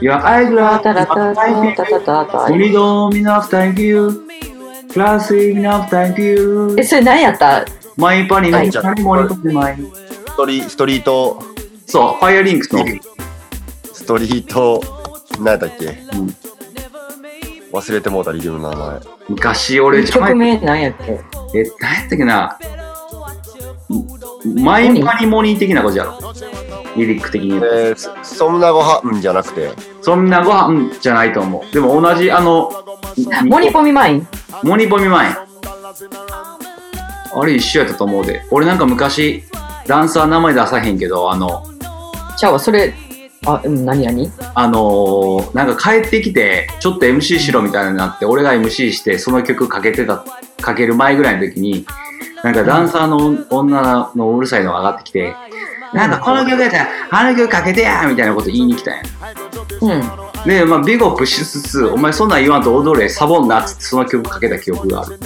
[SPEAKER 5] る。Your
[SPEAKER 3] タ
[SPEAKER 5] eyeglass,
[SPEAKER 3] タラ
[SPEAKER 5] they
[SPEAKER 3] タ
[SPEAKER 5] my
[SPEAKER 3] タタ
[SPEAKER 5] type you
[SPEAKER 3] タタタ
[SPEAKER 5] We don't enough thank you. Classy enough thank you.
[SPEAKER 3] え、それ何やった
[SPEAKER 5] マイパニの
[SPEAKER 4] はい
[SPEAKER 5] チャリモニコでマイ。
[SPEAKER 4] ストリストリート
[SPEAKER 5] そう、ファイアリンクスの。
[SPEAKER 4] ストリートなんだっけ、
[SPEAKER 5] ん
[SPEAKER 4] 忘れてもうたリズムの名前
[SPEAKER 5] 昔俺、ジャマ
[SPEAKER 3] 曲
[SPEAKER 5] イカ
[SPEAKER 3] 名何やっけ
[SPEAKER 5] え、何やったっけな、マイパニモニー的なことやろ。リリック的に言うと。
[SPEAKER 4] えーそそんなごはんじゃなくて
[SPEAKER 5] そんなご飯じゃないと思う。でも同じ、あの、
[SPEAKER 3] モニポミマイン
[SPEAKER 5] モニポミマイン。あれ一緒やったと思うで。俺なんか昔、ダンサー名前出さへんけど、あの、
[SPEAKER 3] ちゃうわ、それ、あ、うん、何何
[SPEAKER 5] あのーなんか帰ってきて、ちょっと MC しろみたいになって、俺が MC して、その曲かけてた、かける前ぐらいの時に、なんかダンサーの女のうるさいのが上がってきて、なんかこの曲やったら、あの曲かけてやみたいなこと言いに来たんや。
[SPEAKER 3] うん。
[SPEAKER 5] で、まあ、ビゴップしつつ、お前そんなん言わんと踊れ、サボんなっつって、その曲かけた記憶がある。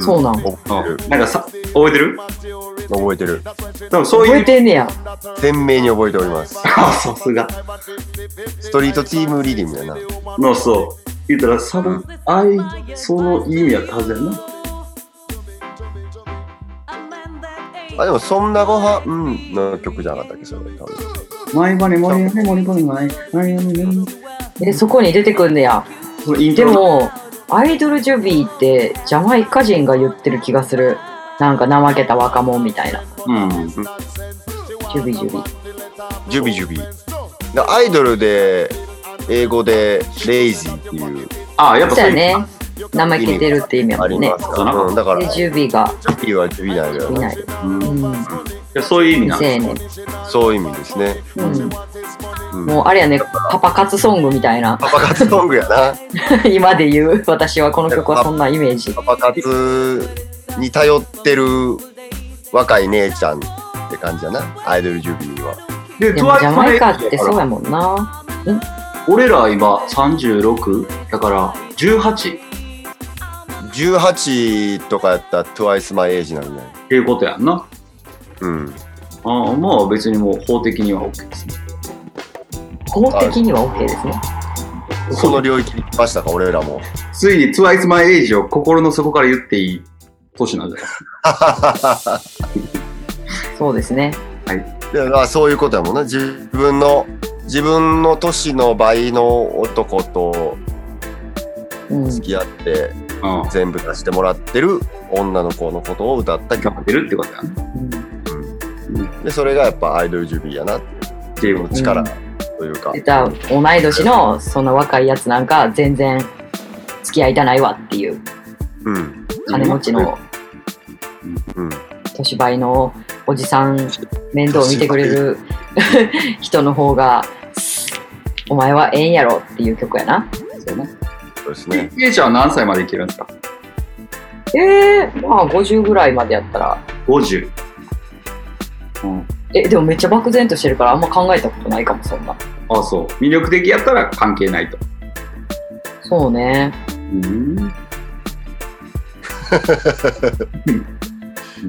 [SPEAKER 3] そうなん。
[SPEAKER 4] 覚えてる
[SPEAKER 5] なんかさ、覚えてる
[SPEAKER 4] 覚えてる
[SPEAKER 5] 多分そう
[SPEAKER 3] 覚
[SPEAKER 5] い
[SPEAKER 3] え
[SPEAKER 5] う。
[SPEAKER 3] てんねや。
[SPEAKER 4] 鮮明に覚えております
[SPEAKER 5] あ、 さすが。
[SPEAKER 4] ストリートチームリディムやな
[SPEAKER 5] の、そう。言ったら、サボ、あい、その意味やったはずやな。
[SPEAKER 4] あでもそんなごはんの曲じゃなかったっけそれ多分
[SPEAKER 5] 前バネ、モリバネ、モリバネ、前、前バネ、
[SPEAKER 3] え、そこに出てくんねや。
[SPEAKER 5] そのイント
[SPEAKER 3] で
[SPEAKER 5] ロ
[SPEAKER 3] も、アイドルジュビーってジャマイカ人が言ってる気がする。なんか怠けた若者みたいな。
[SPEAKER 5] うん。
[SPEAKER 3] ジュビジュビ。
[SPEAKER 4] ジュビジュビでアイドルで英語でレイジーっていう
[SPEAKER 5] あ、やっぱ
[SPEAKER 3] そう
[SPEAKER 5] そう
[SPEAKER 3] や
[SPEAKER 5] いう。
[SPEAKER 3] ね。怠けてるって意味や
[SPEAKER 4] あ
[SPEAKER 3] も
[SPEAKER 4] り
[SPEAKER 3] んね
[SPEAKER 4] ま。すから、うん、だから
[SPEAKER 3] で、ジュビが
[SPEAKER 4] ジュビーはジュビーなんやけど
[SPEAKER 3] い
[SPEAKER 4] な
[SPEAKER 3] ない。
[SPEAKER 5] うん
[SPEAKER 3] う
[SPEAKER 5] い
[SPEAKER 3] ん。
[SPEAKER 5] やそういう意
[SPEAKER 3] 未
[SPEAKER 5] 味なの。
[SPEAKER 3] 成年。
[SPEAKER 4] そういう意味ですね、
[SPEAKER 3] うん。
[SPEAKER 4] うん、
[SPEAKER 3] もうあれやね、パパ活ソングみたいな。
[SPEAKER 4] パパ活ソングやな
[SPEAKER 3] 今で言う。私はこの曲はそんなイメージ。
[SPEAKER 4] パパ活に頼ってる若い姉ちゃんって感じやなアイドルジュビーは
[SPEAKER 5] で、
[SPEAKER 3] で
[SPEAKER 5] ト
[SPEAKER 3] も
[SPEAKER 5] ワ
[SPEAKER 3] ジ
[SPEAKER 5] イ
[SPEAKER 3] ャ
[SPEAKER 5] ス
[SPEAKER 3] マイカ
[SPEAKER 5] は
[SPEAKER 3] ってそうやもんな。
[SPEAKER 5] 俺ら今 36? だから、18? っ
[SPEAKER 4] 18とかやったら TWICE マイエイジなんだよ
[SPEAKER 5] ていうことやんな。
[SPEAKER 4] うん
[SPEAKER 5] ああ、まあ別にもう法的には OK ですね。
[SPEAKER 3] 法的には OK ですね。
[SPEAKER 4] その領域に来ましたか俺らも
[SPEAKER 5] ついに TWICE My Age を心の底から言っていい年なんじゃない
[SPEAKER 3] そうですね。
[SPEAKER 4] でまあそういうことやもんな自分の自分の年の倍の男と
[SPEAKER 3] うん。
[SPEAKER 4] 付き合って
[SPEAKER 5] うん。
[SPEAKER 4] 全部出してもらってる女の子のことを歌った曲
[SPEAKER 5] 頑張ってるってことやな。
[SPEAKER 4] でそれがやっぱアイドルジュビーやなって
[SPEAKER 5] ってい
[SPEAKER 4] いうう
[SPEAKER 5] こ
[SPEAKER 4] の力というか、
[SPEAKER 3] 出た同い年のその若いやつなんか全然付き合いたないわっていう
[SPEAKER 4] うん
[SPEAKER 3] 金持ちの
[SPEAKER 4] うん
[SPEAKER 3] 年配のおじさん面倒を見てくれる人の方がお前はええんやろっていう曲やな。
[SPEAKER 5] とやな。
[SPEAKER 4] そうです
[SPEAKER 5] え
[SPEAKER 4] ね
[SPEAKER 5] イちゃんは何歳までいけるんですか
[SPEAKER 3] ええまあ50ぐらいまでやったら。
[SPEAKER 5] ?50。うん。
[SPEAKER 3] え、でもめっちゃ漠然としてるからあんま考えたことないかもそんな。
[SPEAKER 5] ああ、そう。魅力的やったら関係ないと。
[SPEAKER 3] そうね。
[SPEAKER 5] うん。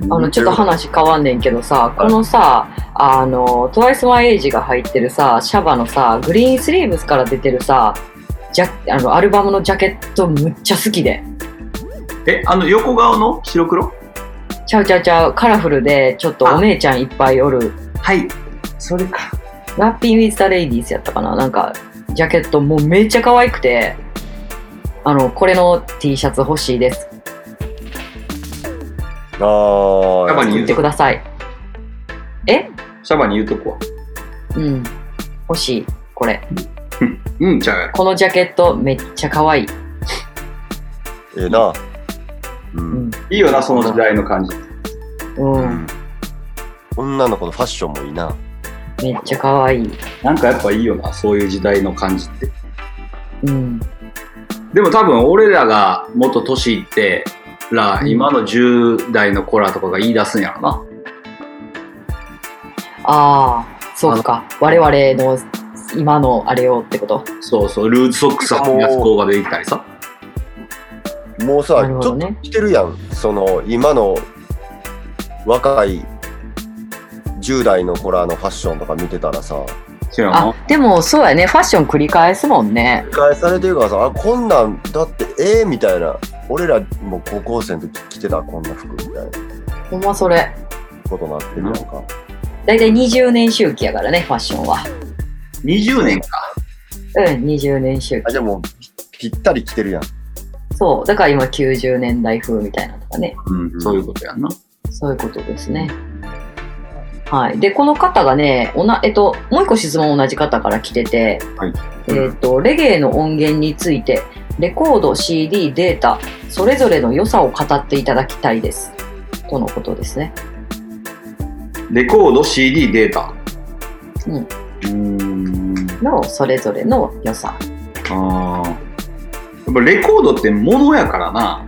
[SPEAKER 3] あのちょっと話変わんねんけどさこのさあの TWICEMyAge が入ってるさシャバのさグリーンスリーブスから出てるさジャあのアルバムのジャケットむっちゃ好きで
[SPEAKER 5] え、あの横顔の白黒
[SPEAKER 3] ちゃうちゃうちゃうカラフルでちょっとお姉ちゃんいっぱいおる
[SPEAKER 5] はい。それか。
[SPEAKER 3] ラッピング・ウィズ・ザ・レイディースやったかななんか、ジャケットもうめっちゃ可愛くて、あの、これの T シャツ欲しいです。
[SPEAKER 4] あー
[SPEAKER 5] やっぱり
[SPEAKER 3] 言ってください。
[SPEAKER 5] シャバに言うとこは。
[SPEAKER 3] うん。欲しい。これ。
[SPEAKER 5] うん、じゃあ、
[SPEAKER 3] このジャケットめっちゃ可愛い。
[SPEAKER 4] ええな。うん。
[SPEAKER 5] いいよな、その時代の感じ。
[SPEAKER 3] うん。
[SPEAKER 4] 女の子のファッションもいいな。
[SPEAKER 3] めっちゃ可愛い。
[SPEAKER 5] なんかやっぱいいよな、そういう時代の感じって。
[SPEAKER 3] うん。
[SPEAKER 5] でも多分俺らがもっと年いってら、
[SPEAKER 3] うん
[SPEAKER 5] 今の10代の子らとかが言い出すんやろな。
[SPEAKER 3] ああ、そうか。我々の今のあれよってこと。
[SPEAKER 5] そうそう、ルーズソックスは安工場でできたりさ。
[SPEAKER 4] もうさ、
[SPEAKER 3] なるほ
[SPEAKER 4] ちょ
[SPEAKER 3] ど
[SPEAKER 4] っ
[SPEAKER 3] ね
[SPEAKER 4] と。してるやん。その、今の若い10代の子らのファッションとか見てたらさ、
[SPEAKER 5] そうや
[SPEAKER 3] あ
[SPEAKER 5] な。、
[SPEAKER 3] でもそうやね。ファッション繰り返すもんね。
[SPEAKER 4] 返されてるからさ、あ、こんなん、だって、ええみたいな。俺らもう高校生の時着てた、こんな服みたいな
[SPEAKER 3] ほんまそれ。
[SPEAKER 4] ことになってるやんか。
[SPEAKER 3] だいたい20年周期やからね、ファッションは。
[SPEAKER 5] 20年か。
[SPEAKER 3] うん、20年周期
[SPEAKER 4] あ、。でも、ぴぴったり着てるやん。
[SPEAKER 3] そう、だから今90年代風みたいなのとかね、
[SPEAKER 5] うん、そういうことやんな。
[SPEAKER 3] そういうことですね。はい。で、この方がね、おなえっと、もう一個質問同じ方から来てて、
[SPEAKER 5] はい
[SPEAKER 3] えっと、レゲエの音源について、レコード、CD、データ、それぞれの良さを語っていただきたいです。とのことですね。
[SPEAKER 5] レコード、CD、データ。
[SPEAKER 3] うん
[SPEAKER 5] うーん。
[SPEAKER 3] の、それぞれの良さ。
[SPEAKER 5] ああ。やっぱレコードって物やからな。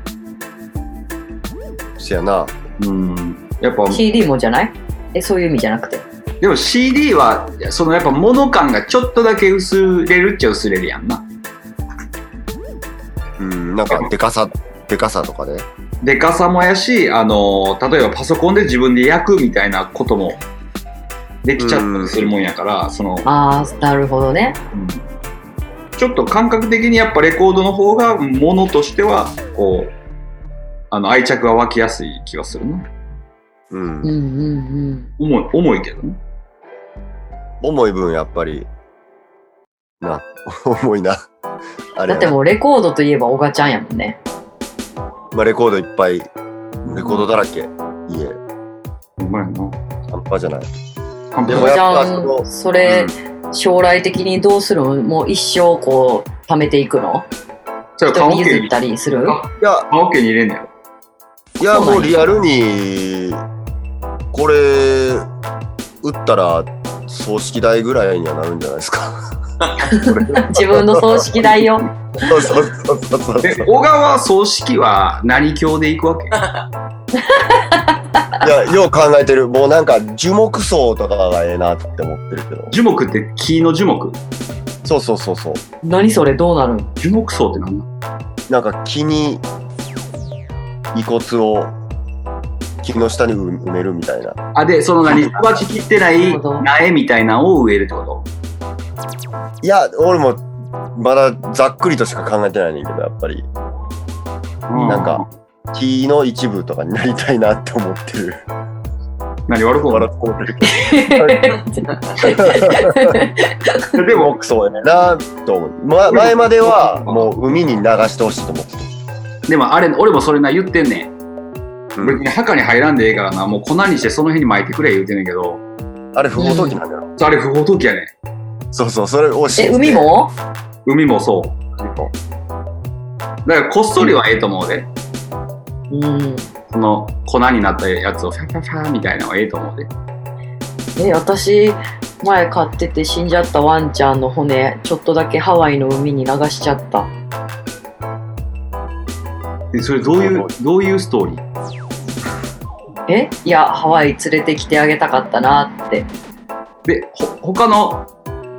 [SPEAKER 4] せやな。
[SPEAKER 5] うん。やっぱ、
[SPEAKER 3] CD もじゃないえ、そういう意味じゃなくて。
[SPEAKER 5] でも CD は、そのやっぱ物感がちょっとだけ薄れるっちゃ薄れるやんな。
[SPEAKER 4] うん、なんか、でかさ、でかさとかね。
[SPEAKER 5] でかさもやし、あの例えばパソコンで自分で焼くみたいなこともできちゃったりするもんやから、その、
[SPEAKER 3] あー、なるほどね。
[SPEAKER 5] うんちょっと感覚的にやっぱレコードの方が物としては、こう、あの愛着が湧きやすい気がするな。
[SPEAKER 4] う
[SPEAKER 3] うん
[SPEAKER 4] ん。
[SPEAKER 3] うんうん。
[SPEAKER 5] 重い、重いけどね。
[SPEAKER 4] 重い分、やっぱり、な、重いな。あれ
[SPEAKER 3] だ
[SPEAKER 4] や
[SPEAKER 3] って
[SPEAKER 4] な
[SPEAKER 3] もうレコードといえばオガちゃんやもんね。
[SPEAKER 4] まあ、レコードいっぱい、レコードだらけ。家、
[SPEAKER 5] うまいな。
[SPEAKER 4] 半端じゃない。
[SPEAKER 5] 完
[SPEAKER 4] で
[SPEAKER 5] 璧
[SPEAKER 4] も
[SPEAKER 3] お
[SPEAKER 4] や
[SPEAKER 3] ば
[SPEAKER 4] っ
[SPEAKER 3] ち
[SPEAKER 4] ぱ
[SPEAKER 3] ゃ
[SPEAKER 4] その
[SPEAKER 3] ん、それ、将来的にどうするのもう一生こう、貯めていくの
[SPEAKER 5] じゃあカ
[SPEAKER 3] 人
[SPEAKER 5] ラオ
[SPEAKER 3] に
[SPEAKER 5] ケ
[SPEAKER 3] 譲っ
[SPEAKER 5] に、
[SPEAKER 3] たりする
[SPEAKER 5] あ
[SPEAKER 4] いや、
[SPEAKER 5] カラオケに入れんだよ。
[SPEAKER 4] いや
[SPEAKER 3] そうなんや
[SPEAKER 4] もうリアルにこれ売ったら葬式代ぐらいにはなるんじゃないです か。
[SPEAKER 3] 自分の葬式代を。
[SPEAKER 4] そうそうそうそうそう。
[SPEAKER 5] で
[SPEAKER 4] い、
[SPEAKER 5] 小川葬式は何教で行くわけ
[SPEAKER 4] やよう考えてる。もうなんか樹木葬とかがええなって思ってるけど。
[SPEAKER 5] 樹木って木の樹木
[SPEAKER 4] そうそうそうそう。
[SPEAKER 3] 何それどうなるん
[SPEAKER 5] 樹木葬って何なの
[SPEAKER 4] なんか木に遺骨を木の下に埋めるみたいな。
[SPEAKER 5] あ、で、その何 育ち切ってな
[SPEAKER 3] なる
[SPEAKER 5] い
[SPEAKER 3] ほど
[SPEAKER 5] 苗みたいなのを植えるってこと
[SPEAKER 4] いや俺もまだざっくりとしか考えてないねんけどやっぱり
[SPEAKER 5] なん
[SPEAKER 4] か。木の一部とかになりたいなって思ってる。
[SPEAKER 5] 何悪く
[SPEAKER 4] 笑
[SPEAKER 5] も
[SPEAKER 4] ってもうてる
[SPEAKER 5] でも、
[SPEAKER 4] 僕そうやなと思う、ま、前まではもう海に流してほしいと思って
[SPEAKER 5] でもあれ、俺もそれな言ってんねん。
[SPEAKER 4] うん
[SPEAKER 5] 別に墓に入らんでええからな、もう粉にしてその辺に巻いてくれ言うてんねんけど、
[SPEAKER 4] たあれ不法投棄なんだよ、
[SPEAKER 5] あれ不法投棄やねん。
[SPEAKER 4] そうそうそれを知
[SPEAKER 3] え、海も
[SPEAKER 5] 海もそう。だからこっそりはええと思うで。
[SPEAKER 3] うん。
[SPEAKER 5] その粉になったやつをファファファみたいなのはええと思うで。
[SPEAKER 3] え、私、前買ってて死んじゃったワンちゃんの骨、ちょっとだけハワイの海に流しちゃった。
[SPEAKER 5] でそれどういう、どういうストーリー
[SPEAKER 3] えいや、ハワイ連れてきてあげたかったなって。
[SPEAKER 5] で、ほ他の、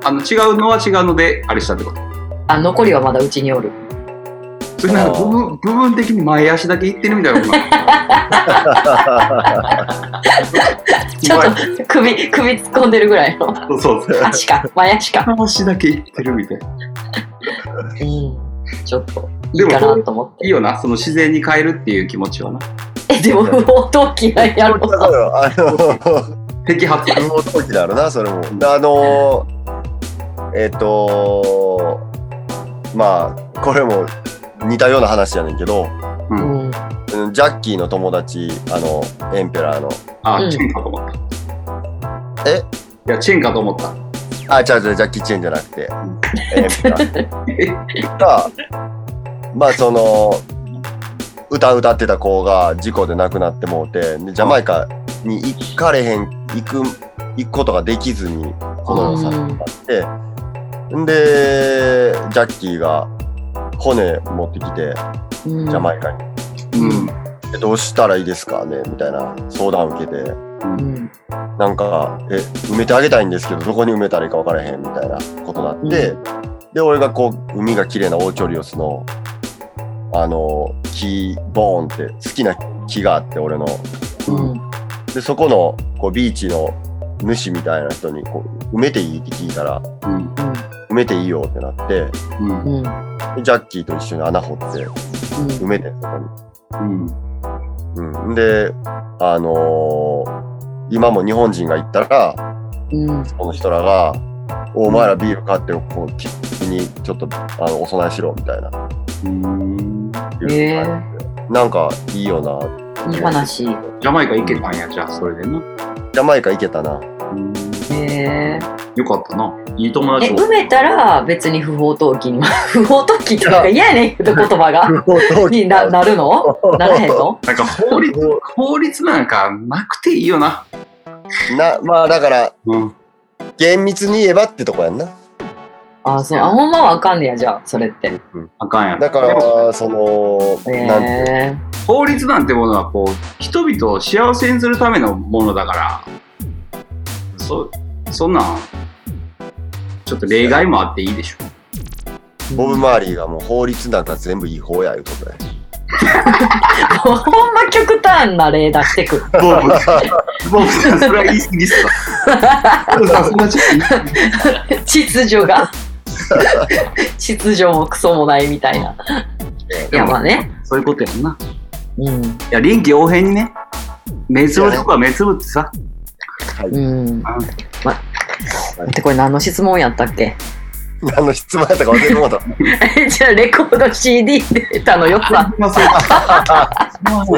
[SPEAKER 5] あの違うのは違うので、あれしたってこと
[SPEAKER 3] あ、残りはまだうちにおる。
[SPEAKER 5] それなんか部分部分的に前足だけいってるみたいなことなの
[SPEAKER 3] ちょっと首、首突っ込んでるぐらいの。
[SPEAKER 5] そうそう そう。
[SPEAKER 3] 足か、前足か。
[SPEAKER 5] 話だけ言ってるみたいな。
[SPEAKER 3] うん。ちょっと、いいかなと思って。
[SPEAKER 5] いいよな、その自然に変えるっていう気持ちはな。
[SPEAKER 3] え、でも、不法投棄なんやろ
[SPEAKER 4] だから、 あの、
[SPEAKER 5] 摘発。
[SPEAKER 4] 不法投棄だろうな、それも。あのー、えっ、とまあ、これも似たような話やねんけど、
[SPEAKER 3] う
[SPEAKER 5] う。
[SPEAKER 3] んん。
[SPEAKER 4] うんジャッキーの友達、あの、エンペラーの、
[SPEAKER 5] あ、
[SPEAKER 3] うん
[SPEAKER 5] チェンかと思った。
[SPEAKER 4] え
[SPEAKER 5] いや、チェンかと思った。
[SPEAKER 4] あ、違う違う、ジャッキー・チェンじゃなくて、エンペラー
[SPEAKER 5] え
[SPEAKER 4] が、まあ、その、歌歌ってた子が事故で亡くなってもうて、でジャマイカに行かれへん、行く、行くことができずに、子供さんになって、んで、ジャッキーが骨持ってきて、
[SPEAKER 3] うん
[SPEAKER 4] ジャマイカに、
[SPEAKER 5] うん。
[SPEAKER 4] でどうしたらいいですかねみたいな相談を受けて、
[SPEAKER 3] うん。
[SPEAKER 4] なんか、え、埋めてあげたいんですけど、どこに埋めたらいいか分からへんみたいなことになって、で、俺がこう、海が綺麗なオーチョリオスの、あの、木、ボーンって、好きな木があって、俺の。
[SPEAKER 3] うん。
[SPEAKER 4] で、そこの、こう、ビーチの主みたいな人に、こう、埋めていいって聞いたら、
[SPEAKER 5] うん。
[SPEAKER 4] 埋めていいよってなって、
[SPEAKER 5] うん。
[SPEAKER 3] うん。
[SPEAKER 4] でジャッキーと一緒に穴掘って、埋めて、そこに。
[SPEAKER 5] うん。
[SPEAKER 4] うん。で、あのー今も日本人が行ったら、
[SPEAKER 3] うん。
[SPEAKER 4] この人らが、おお前らビール買ってよ、こう、キッチンにちょっとあのお供えしろみたいな。
[SPEAKER 5] う
[SPEAKER 4] い
[SPEAKER 5] ん
[SPEAKER 4] う感じで
[SPEAKER 3] へえ
[SPEAKER 4] なんかいいよな。
[SPEAKER 3] いい話。へ
[SPEAKER 5] ジャマイカ行けたんや、じゃあ、それでな。
[SPEAKER 4] ジャマイカ行けた な。
[SPEAKER 5] うん
[SPEAKER 3] え。
[SPEAKER 5] よかったな。いい友
[SPEAKER 3] え、
[SPEAKER 5] 達も
[SPEAKER 3] 埋めたら別に不法投棄には、 不法投棄っていうか嫌やねんけど言葉が。にななる のならへんの
[SPEAKER 5] なんか法律、法律なんかなくていいよな。
[SPEAKER 4] な、まあだから、
[SPEAKER 5] うん。
[SPEAKER 4] 厳密に言えばってとこやんな。
[SPEAKER 3] あ、そう、あ、ほんまはあかんねや、じゃあ、それって。
[SPEAKER 5] あかんやん
[SPEAKER 4] だか
[SPEAKER 5] でも
[SPEAKER 4] ら、その、
[SPEAKER 3] え
[SPEAKER 4] なんて
[SPEAKER 3] え
[SPEAKER 5] 法律なんてものは、こう、人々を幸せにするためのものだから、そ、そんなん、ちょっと例外もあっていいでしょ。
[SPEAKER 4] ボブ・マーリーがもう法律なんか全部違法やいうことや。
[SPEAKER 3] ほんま極端な例出してくる。
[SPEAKER 5] ボブ、ボブさん、それは言い過ぎっすわ。ボブさん、そんなちょっと言い過ぎ
[SPEAKER 3] 秩序が。 秩序もクソもないみたいな。いや、まあね。
[SPEAKER 5] そういうことやんな。
[SPEAKER 3] うん。
[SPEAKER 5] いや、臨機応変にね、目つぶとこは目つぶってさ。
[SPEAKER 3] うん。
[SPEAKER 5] うん
[SPEAKER 3] 待って、これ何の質問やったっけ
[SPEAKER 4] 何の質問やったか忘れてもうた。
[SPEAKER 3] えじゃあ、レコード CD 出たのよくは。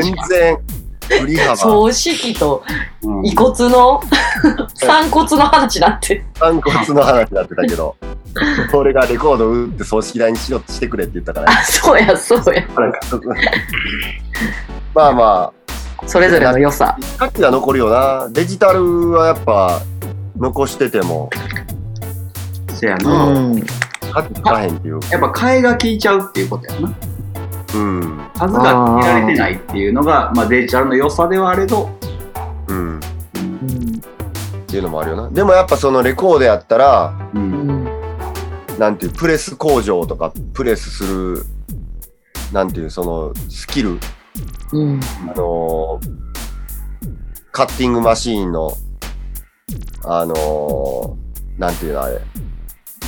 [SPEAKER 4] 全然、振り幅、
[SPEAKER 3] 葬式と
[SPEAKER 5] うん
[SPEAKER 3] 遺骨 の散骨の話だって。
[SPEAKER 4] 反骨の話になってたけ ど、俺がレコード打って葬式代にしようしてくれって言ったから。
[SPEAKER 3] あ、そうや、そうや。
[SPEAKER 4] まあま
[SPEAKER 3] それぞれの良さ
[SPEAKER 4] あ、。価値は残るよな。デジタルはやっぱ残してても
[SPEAKER 5] せや
[SPEAKER 3] う
[SPEAKER 5] な。
[SPEAKER 3] ん。
[SPEAKER 4] 価値つかへんっていう。
[SPEAKER 5] やっぱ替えが効いちゃうっていうことやな。
[SPEAKER 4] うん。
[SPEAKER 5] 数が決められてないっていうのが、まあ、デジタルの良さではあれど、
[SPEAKER 4] うん。っ
[SPEAKER 3] うん
[SPEAKER 4] ていうのもあるよな。でもやっぱそのレコードやったら、
[SPEAKER 5] う、
[SPEAKER 3] うんん
[SPEAKER 4] なんていう、プレス工場とか、プレスする、なんていう、そのスキル、
[SPEAKER 3] うん
[SPEAKER 4] あのーカッティングマシーンの、あのーなんていうのあれ、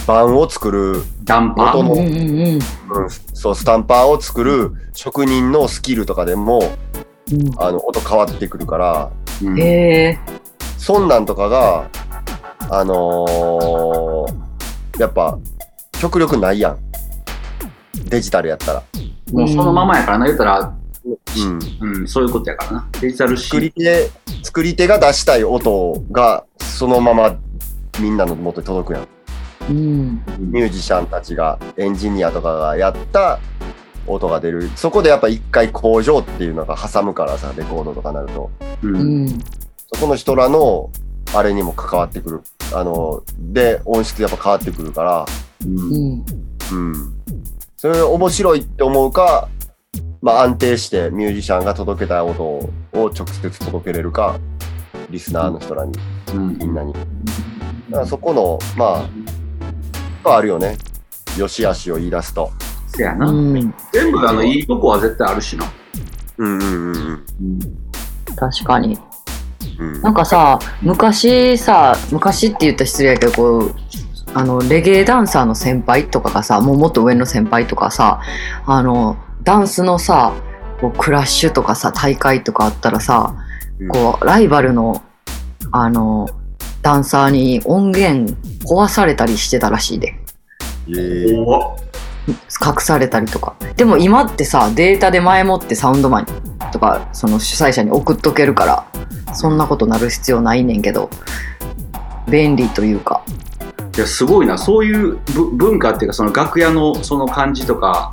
[SPEAKER 4] 盤を作る、
[SPEAKER 5] ダンパ
[SPEAKER 4] 元
[SPEAKER 5] ー
[SPEAKER 4] の
[SPEAKER 3] うんうん
[SPEAKER 4] うん、そう、スタンパーを作る職人のスキルとかでも、
[SPEAKER 3] う
[SPEAKER 4] あの、音変わってくるから、
[SPEAKER 5] うん
[SPEAKER 3] ん。へえ。
[SPEAKER 4] そんなんとかが、あのーやっぱ、極力ないやん。デジタルやったら。
[SPEAKER 5] もうそのままやからな、言ったら、
[SPEAKER 4] うん。
[SPEAKER 5] うん、そういうことやからな。デジタル
[SPEAKER 4] 作
[SPEAKER 5] し、
[SPEAKER 4] り手、作り手が出したい音が、そのままみんなの元に届くやん。
[SPEAKER 3] うん。
[SPEAKER 4] ミュージシャンたちが、エンジニアとかがやった音が出る。そこでやっぱ一回工場っていうのが挟むからさ、レコードとかなると。
[SPEAKER 5] う、
[SPEAKER 3] うんん。
[SPEAKER 4] そこの人らの、あれにも関わってくる。あの、で、音質やっぱ変わってくるから、
[SPEAKER 5] うん
[SPEAKER 3] うん。
[SPEAKER 4] うん。それ面白いって思うか、まあ安定してミュージシャンが届けたい音を直接届けれるか、リスナーの人らに、
[SPEAKER 5] うん
[SPEAKER 4] みんなに。だからそこの、まあ、やっぱあるよね。良し悪しを言い出すと。
[SPEAKER 5] せやな。
[SPEAKER 3] うん。
[SPEAKER 5] 全部、あの、いいとこは絶対あるしな。
[SPEAKER 4] うんうんうんうん。
[SPEAKER 5] うん、
[SPEAKER 3] 確かに。
[SPEAKER 4] うん
[SPEAKER 3] なんかさ、昔さ、昔って言ったら失礼やけど、こう、あの、レゲエダンサーの先輩とかがさ、もうもっと上の先輩とかさ、あの、ダンスのさ、こうクラッシュとかさ、大会とかあったらさ、こう、ライバルの、あの、ダンサーに音源壊されたりしてたらしいで。
[SPEAKER 4] えー
[SPEAKER 5] 怖っ
[SPEAKER 3] 隠されたりとかでも今ってさデータで前もってサウンドマンとかその主催者に送っとけるからそんなことなる必要ないねんけど便利というか
[SPEAKER 5] いやすごいなそういうぶ文化っていうかその楽屋のその感じとか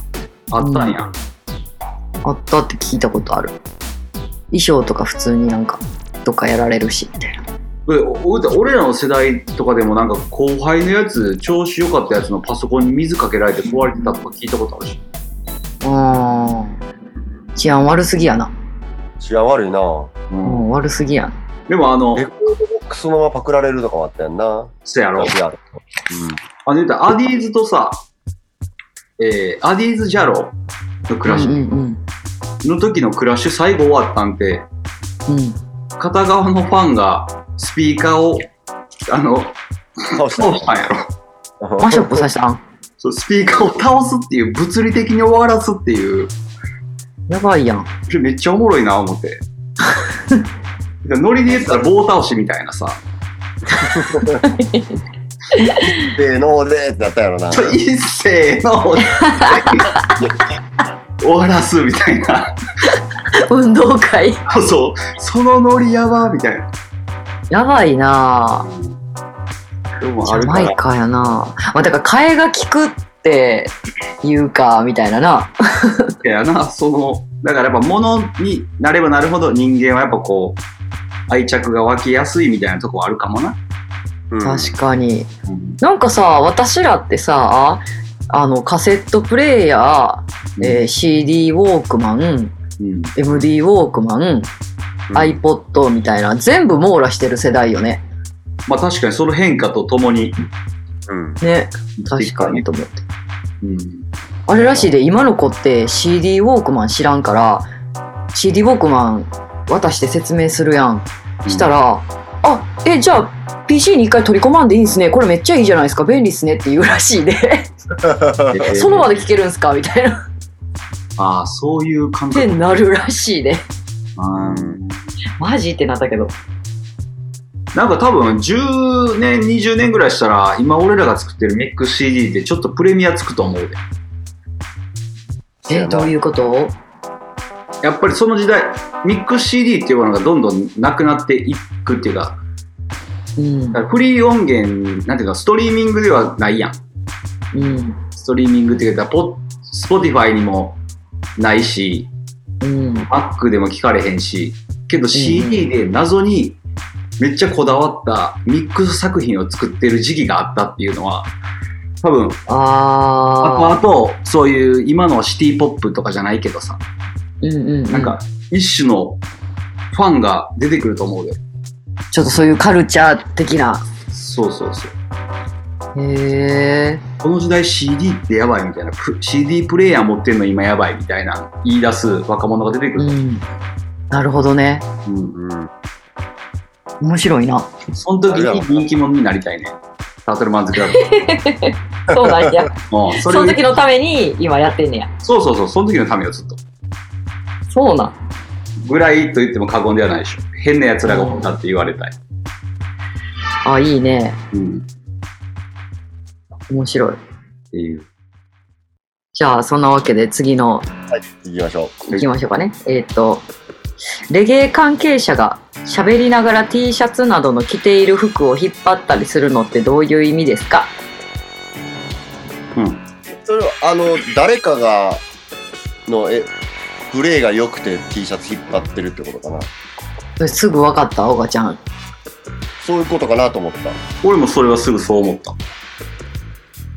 [SPEAKER 5] あったんや、
[SPEAKER 3] あったって聞いたことある衣装とか普通になんかどっかやられるしみたいな
[SPEAKER 5] でおう俺らの世代とかでもなんか後輩のやつ調子良かったやつのパソコンに水かけられて壊れてたとか聞いたことあるし
[SPEAKER 3] うーん治安悪すぎやな、
[SPEAKER 4] 治安悪いな。
[SPEAKER 5] う
[SPEAKER 3] うんん、悪すぎやな
[SPEAKER 5] でもあの
[SPEAKER 4] レコードボックスのままパクられるとかもあったやんな。
[SPEAKER 5] そやろ
[SPEAKER 4] ラジアル
[SPEAKER 5] あの言うたらアディーズとさえー、アディーズ・ジャローのクラッシ
[SPEAKER 3] うん
[SPEAKER 5] ュ
[SPEAKER 3] うん
[SPEAKER 5] の時のクラッシュ最後終わったんて
[SPEAKER 3] うんうん
[SPEAKER 5] 片側のファンがスピーカーをあの
[SPEAKER 4] 倒 し
[SPEAKER 5] 倒したんやろ
[SPEAKER 3] マショップさせたん
[SPEAKER 5] そうスピーカーを倒すっていう物理的に終わらすっていう
[SPEAKER 3] やばいやん
[SPEAKER 5] それめっちゃおもろいな思って ノリで言ったら棒倒しみたいなさ
[SPEAKER 4] せーのでってなったやろな。
[SPEAKER 5] ちょ一斉の終わらすみたいな
[SPEAKER 3] 運動会
[SPEAKER 5] そうそのノリやばみたいな
[SPEAKER 3] やばいなぁ
[SPEAKER 5] でも
[SPEAKER 3] ジ
[SPEAKER 5] ある
[SPEAKER 3] ャ
[SPEAKER 5] か
[SPEAKER 3] マイ
[SPEAKER 5] ら
[SPEAKER 3] カやな。まあ、だから替えが利くって言うか、みたいなな。
[SPEAKER 5] やなそのだからやっぱ物になればなるほど人間はやっぱこう愛着が湧きやすいみたいなとこはあるかもな、
[SPEAKER 4] うん
[SPEAKER 3] 確かに。
[SPEAKER 5] うん
[SPEAKER 3] なんかさ、私らってさ、あの、カセットプレイヤー、えー CD ウォークマン、
[SPEAKER 5] うん、
[SPEAKER 3] MD ウォークマン、iPod みたいな、全部網羅してる世代よね。
[SPEAKER 5] まあ確かにその変化とともに
[SPEAKER 4] うん
[SPEAKER 3] ね。
[SPEAKER 5] 生きて
[SPEAKER 3] 確
[SPEAKER 5] いくか
[SPEAKER 3] からに
[SPEAKER 5] ね
[SPEAKER 3] と思って。
[SPEAKER 5] うん
[SPEAKER 3] あれらしいで、今の子って CD ウォークマン知らんから、CD ウォークマン渡して説明するやん。したら、あ、え、じゃあ PC に一回取り込まんでいいんすね。これめっちゃいいじゃないですか。便利っすねって言うらしいで。
[SPEAKER 5] え ー
[SPEAKER 3] その場で聞けるんすかみたいな。
[SPEAKER 5] ああ、そういう感
[SPEAKER 3] って
[SPEAKER 5] 覚。
[SPEAKER 3] なるらしいで。
[SPEAKER 5] うん
[SPEAKER 3] マジってなったけど。
[SPEAKER 5] なんか多分10年、20年ぐらいしたら、今俺らが作ってるミックス CD でちょっとプレミアつくと思うで。
[SPEAKER 3] え、どういうこと
[SPEAKER 5] やっぱりその時代、ミックス CD っていうものがどんどんなくなっていくっていうか、
[SPEAKER 3] うん
[SPEAKER 5] だか。らフリー音源、なんていうか、ストリーミングではないやん。
[SPEAKER 3] うん。
[SPEAKER 5] ストリーミングっていうか、ポスポティファイにもないし、
[SPEAKER 3] うん。
[SPEAKER 5] Mac でも聞かれへんし、けど CD で謎にめっちゃこだわったミックス作品を作ってる時期があったっていうのは、多分、
[SPEAKER 3] あ
[SPEAKER 5] あと、あとそういう今のシティポップとかじゃないけどさ、
[SPEAKER 3] ー。うんうん、うん。
[SPEAKER 5] なんか一種のファンが出てくると思うで。
[SPEAKER 3] ちょっとそういうカルチャー的な。
[SPEAKER 5] そうそうそう。
[SPEAKER 3] へえ。
[SPEAKER 5] この時代 CD ってやばいみたいな、プ CD プレイヤー持ってんの今やばいみたいな言い出す若者が出てく
[SPEAKER 3] う
[SPEAKER 5] る。
[SPEAKER 3] ん。なるほどね。
[SPEAKER 5] うん。
[SPEAKER 4] うん
[SPEAKER 3] 面白いな。
[SPEAKER 5] その時に人気者になりたいね。タートルマンズクラブ。
[SPEAKER 3] そうなん や。
[SPEAKER 5] もう、そ
[SPEAKER 3] そ
[SPEAKER 5] れを
[SPEAKER 3] の時のために今やってんねや。
[SPEAKER 5] そうそうそう、その時のためよ、ずっと。
[SPEAKER 3] そうなん。
[SPEAKER 5] ぐらいと言っても過言ではないでしょ。変な奴らがおったって言われたい。
[SPEAKER 3] あ、いいね。
[SPEAKER 5] うん。っ
[SPEAKER 3] 面白い。
[SPEAKER 5] ていう。
[SPEAKER 3] じゃあ、そんなわけで次の
[SPEAKER 4] はい、行きましょ
[SPEAKER 3] 行きましょうかね。えっ、と、レゲエ関係者が喋りながら T シャツなどの着ている服を引っ張ったりするのってどういう意味ですか
[SPEAKER 5] うん。
[SPEAKER 4] う。それは、あの、誰かが、の、え、プレイが良くて T シャツ引っ張ってるってことかな。
[SPEAKER 3] すぐ分かった、オガちゃん。
[SPEAKER 4] そういうことかなと思った。
[SPEAKER 5] 俺もそれはすぐそう思った。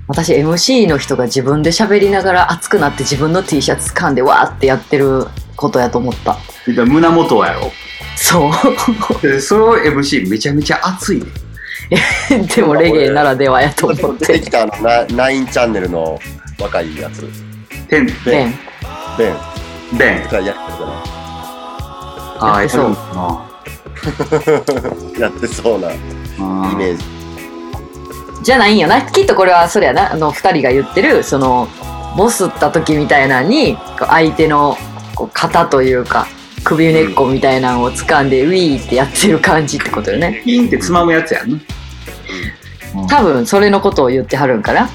[SPEAKER 3] 私 MC の人が自分で喋りながら熱くなって自分の T シャツ掴んでわーってやってることやと思った。
[SPEAKER 5] だから胸元はやろ。
[SPEAKER 3] そう。
[SPEAKER 5] でその MC めちゃめちゃ熱いね。
[SPEAKER 3] でもレゲエならではやと思っ
[SPEAKER 4] 出て
[SPEAKER 3] て。
[SPEAKER 4] きたあの、ナナインチャンネルの若いやつ。
[SPEAKER 5] てん、
[SPEAKER 4] で
[SPEAKER 3] ね
[SPEAKER 4] ベン
[SPEAKER 5] で
[SPEAKER 4] がやっ
[SPEAKER 5] ん。
[SPEAKER 4] てるか
[SPEAKER 5] ああ、
[SPEAKER 3] やってそう
[SPEAKER 5] な。
[SPEAKER 4] やってそうなイ
[SPEAKER 5] うん
[SPEAKER 4] メージ。
[SPEAKER 3] じゃないんよなきっとこれはそれやなあの2人が言ってるそのボスった時みたいなのにこう相手のこう肩というか首根っこみたいなのを掴んで、ウィーってやってる感じってことよね
[SPEAKER 5] ピンってつまむやつやんな。
[SPEAKER 3] 多分それのことを言ってはるんかな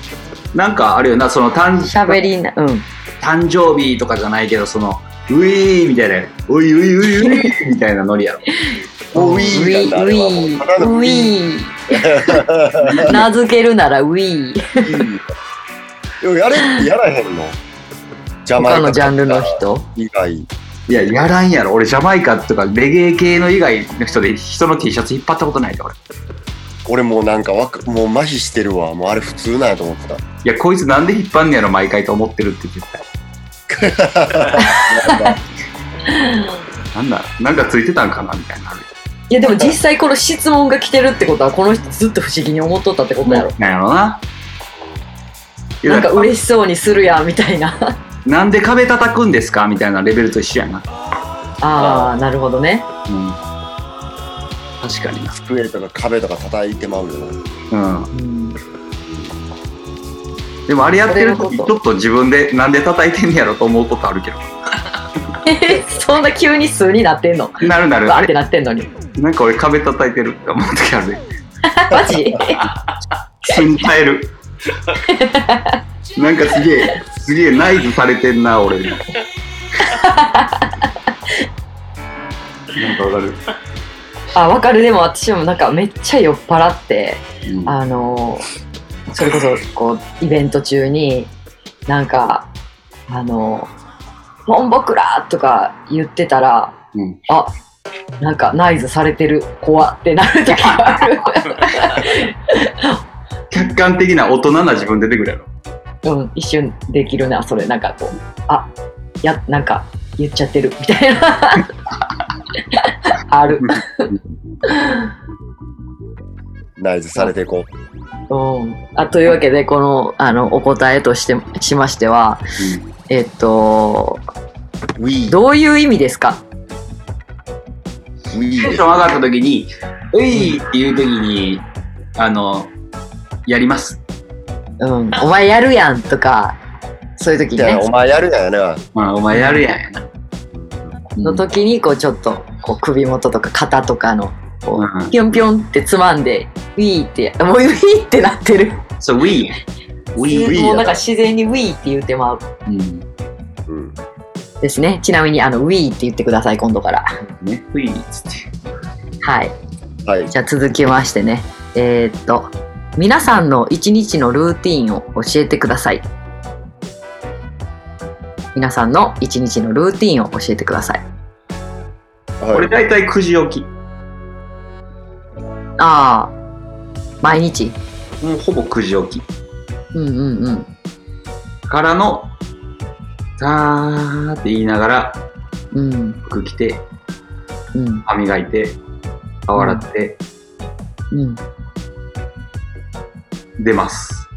[SPEAKER 5] なんかあるよな、その誕
[SPEAKER 3] 喋りなうん
[SPEAKER 5] 誕生日とかじゃないけど、その、ウィーみたいな、ウイウイウイウイみたいなノリやろ。
[SPEAKER 4] もうウ
[SPEAKER 3] ウ
[SPEAKER 4] ィーなん
[SPEAKER 3] ィー
[SPEAKER 4] だ
[SPEAKER 3] ウ
[SPEAKER 4] あれはも
[SPEAKER 3] ィ
[SPEAKER 4] うただ
[SPEAKER 3] ー
[SPEAKER 4] の
[SPEAKER 3] ウ
[SPEAKER 4] ウィ
[SPEAKER 3] ィー名付けるならウィー
[SPEAKER 4] ー。やれ、やらへんのジャマイカ
[SPEAKER 3] 他のジャンルの人
[SPEAKER 4] 以外。
[SPEAKER 5] いや、やらんやろ。俺、ジャマイカとかレゲエ系の以外の人で人の T シャツ引っ張ったことないで、俺。い
[SPEAKER 4] 俺もうなんかわか、もう麻痺してるわ。もうあれ普通なんやと思ってた。
[SPEAKER 5] や、こいつなんで引っ張んねやろ、毎回と思ってるって絶対。なんだ、なんかついてたんかなみたいなのあるよ。
[SPEAKER 3] いやでも実際この質問が来てるってことはこの人ずっと不思議に思っとったってことやろ
[SPEAKER 5] なんやろな。いや
[SPEAKER 3] なんか嬉しそうにするやんみたいな
[SPEAKER 5] なんで壁叩くんですかみたいなレベルと一緒やな。
[SPEAKER 3] ああなるほどね
[SPEAKER 5] うん。確かにな。
[SPEAKER 4] 机とか壁とか叩いてまうよな。
[SPEAKER 5] うん。でもあれやってる時ち
[SPEAKER 3] それのこと
[SPEAKER 5] ょっと自分でなんで叩いてんねやろと思うことあるけど。
[SPEAKER 3] え そんな急に数になってんの
[SPEAKER 5] なるなる。
[SPEAKER 3] バ
[SPEAKER 5] あ
[SPEAKER 3] ーって
[SPEAKER 5] れ
[SPEAKER 3] なってんのに
[SPEAKER 5] なんか俺壁叩いてるって思う時あるね。
[SPEAKER 3] マジ
[SPEAKER 5] すん耐える。なんかすげえ、すげえナイズされてんな、俺。なんかわかる。
[SPEAKER 3] あわかるでも私もなんかめっちゃ酔っ払って
[SPEAKER 5] うん
[SPEAKER 3] あのーそれこそこうイベント中になんかあのー「モンボクラ!」とか言ってたら、
[SPEAKER 5] うん
[SPEAKER 3] あなんかナイズされてる怖ってなる時がある、
[SPEAKER 5] 客観的な大人な自分出てくるやろ。
[SPEAKER 3] うん、一瞬できるなそれなんかこうあやなんか言っちゃってるみたいな ある、
[SPEAKER 4] ナイズされていこ
[SPEAKER 3] うん、あというわけでこのあのお答えとしてしましては、えっと
[SPEAKER 4] う。ウィー。
[SPEAKER 3] どういう意味ですか
[SPEAKER 4] ウィ
[SPEAKER 5] テ
[SPEAKER 4] ー
[SPEAKER 5] ンション上がった時に「うい!」っていう時にあのやります
[SPEAKER 3] うん、お前やるやんとか、そういう時
[SPEAKER 4] み
[SPEAKER 3] に
[SPEAKER 4] たい
[SPEAKER 3] ね
[SPEAKER 4] な。、お前やるやんやな。
[SPEAKER 5] まあお前やるやんやな、うん
[SPEAKER 3] の時に、こうちょっと、こう首元とか肩とかの、こ
[SPEAKER 5] う
[SPEAKER 3] う、
[SPEAKER 5] ん
[SPEAKER 3] ぴょんぴょんってつまんで、ウィーって、もうウィーってなってる。
[SPEAKER 5] そう「we」
[SPEAKER 4] ウィー。ウィー
[SPEAKER 3] もう
[SPEAKER 4] や
[SPEAKER 3] なんか
[SPEAKER 4] な。
[SPEAKER 3] 自然にウィーって言ってまう
[SPEAKER 5] うん
[SPEAKER 4] うん
[SPEAKER 3] ですね。ちなみに、あの、ウィーって言ってください、今度から。
[SPEAKER 5] ね「we」っつって
[SPEAKER 3] はい。
[SPEAKER 4] はい。
[SPEAKER 3] じゃあ続きましてね。えーっと、皆さんの一日のルーティンを教えてください。皆さんの一日のルーティンを教えてください。
[SPEAKER 5] 俺
[SPEAKER 4] はい。
[SPEAKER 5] 大体9時起
[SPEAKER 3] ああ、毎日
[SPEAKER 5] きもうほぼ9時起
[SPEAKER 3] うんうんうん。
[SPEAKER 5] きからの「たー」って言いながら
[SPEAKER 3] うん
[SPEAKER 5] 服着て
[SPEAKER 3] うん
[SPEAKER 5] 歯磨いて顔洗って
[SPEAKER 3] うん。
[SPEAKER 5] 出ます、